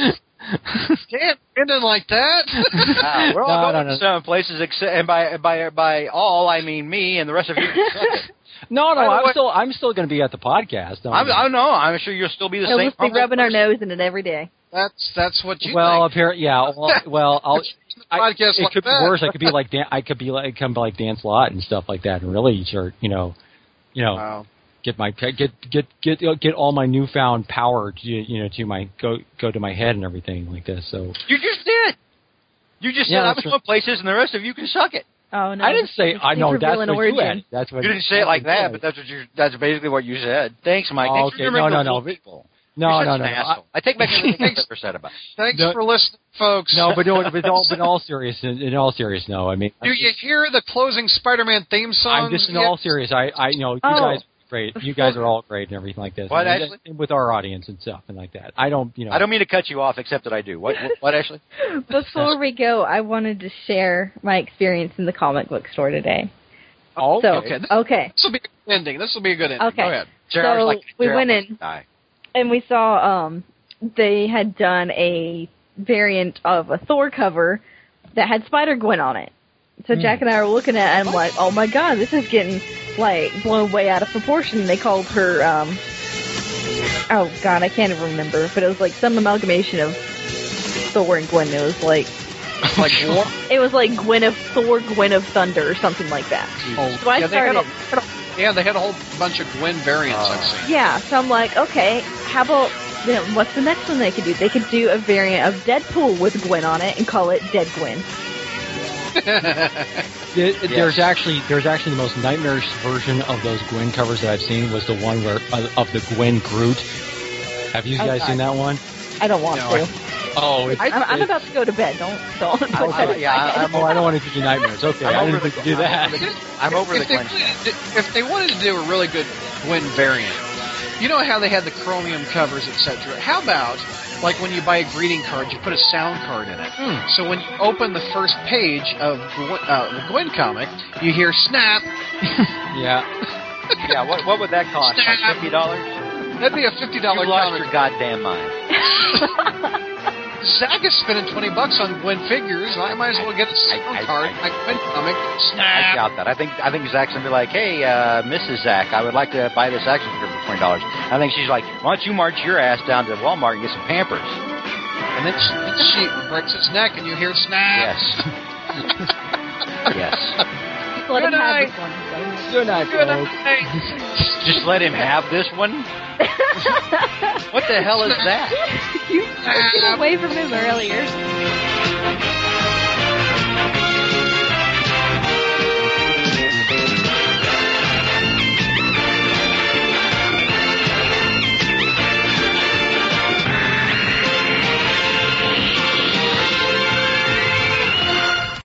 Damn, ended like that. Wow. We're No, all going no, no. to some places except and by by by all I mean me and the rest of (laughs) you. no, no, By the I'm way- still, I'm still going to be at the podcast. I'm, I know. I'm sure you'll still be the He'll same. just be humble rubbing our person. nose in it every day. that's that's what you well, think. apparently, yeah. (laughs) Well, well I'll, I, podcast it like could that. be worse. I could be like, Dan, I could be like, come like dance lot and stuff like that, and really start, you know, you know, Wow. get my get get get get all my newfound power, to, you know, to my go go to my head and everything like this. So You just did. You just Yeah, said I'm that's going places and the rest of you can suck it. Oh no! I didn't say I know that's what origin. you had. That's what You didn't say it like that, but that's what you. That's basically what you said. Thanks, Mike. Thanks Okay, for remembering no, the no, full no. people. You're no, such no, an no, no. I- asshole. I take back (laughs) everything I've ever said about. you. Thanks No. for listening, folks. No, but no, but all, but in all serious, in, in all serious, no. I mean, Do you hear the closing Spider-Man theme song? I'm just in all serious. I, I, you know, you Oh. guys, are great. You guys are all great and everything like this. What, And- Ashley? and with our audience and stuff and like that. I don't, you know, I don't mean to cut you off, except that I do. What? What, what Ashley? (laughs) Before we go, I wanted to share my experience in the comic book store today. Oh, So, okay. okay. This will be a good ending. This will be a good ending. Okay. Go ahead. Gerald's like, we Gerald went wants in. to die. and we saw um they had done a variant of a Thor cover that had Spider Gwen on it. So Jack and I were looking at it and I'm like, oh my god, this is getting like blown way out of proportion. They called her um oh god, I can't even remember, but it was like some amalgamation of Thor and Gwen. It (laughs) was like Like war. it was like Gwen of Thor, Gwen of Thunder, or something like that. So I yeah, they had started. Yeah, they had a whole bunch of Gwen variants. I've seen. Yeah, so I'm like, okay, how about you know, what's the next one they could do? They could do a variant of Deadpool with Gwen on it and call it Dead Gwen. There- There's actually there's actually the most nightmarish version of those Gwen covers that I've seen was the one where of, of the Gwen Groot. Have you Oh, guys seen that one? I don't want No, to. Oh, it's, I, am I'm it's- about to go to bed. Don't don't. don't (laughs) I, yeah, I, I'm, oh, I don't want to give you nightmares. Okay, I'm I over didn't the- think you do that. I'm over the if, they Gwen. wanted to, if they wanted to do a really good Gwen variant, you know how they had the chromium covers, etc. How about like when you buy a greeting card, you put a sound card in it. Hmm. So when you open the first page of Gwen, uh, the Gwen comic, you hear snap. Yeah, Yeah, what, what would that cost? Like fifty dollars? That'd be a fifty You dollar lost comic. your goddamn mind. Zach is spending twenty bucks on Gwen figures. I might as well get a sound I- I- card. I- a Gwen comic. I Snap. doubt that. I think I think Zach's gonna be like, "Hey, uh, Mrs. Zach, I would like to buy this action figure for twenty dollars." I think she's like, "Why don't you march your ass down to Walmart and get some (laughs) Pampers?" And then she, she breaks its neck, and you hear snap. (laughs) Yes. yes. Just let him have this one. good night, folks. Just let him have this one. what the hell is that? you took it away from him earlier.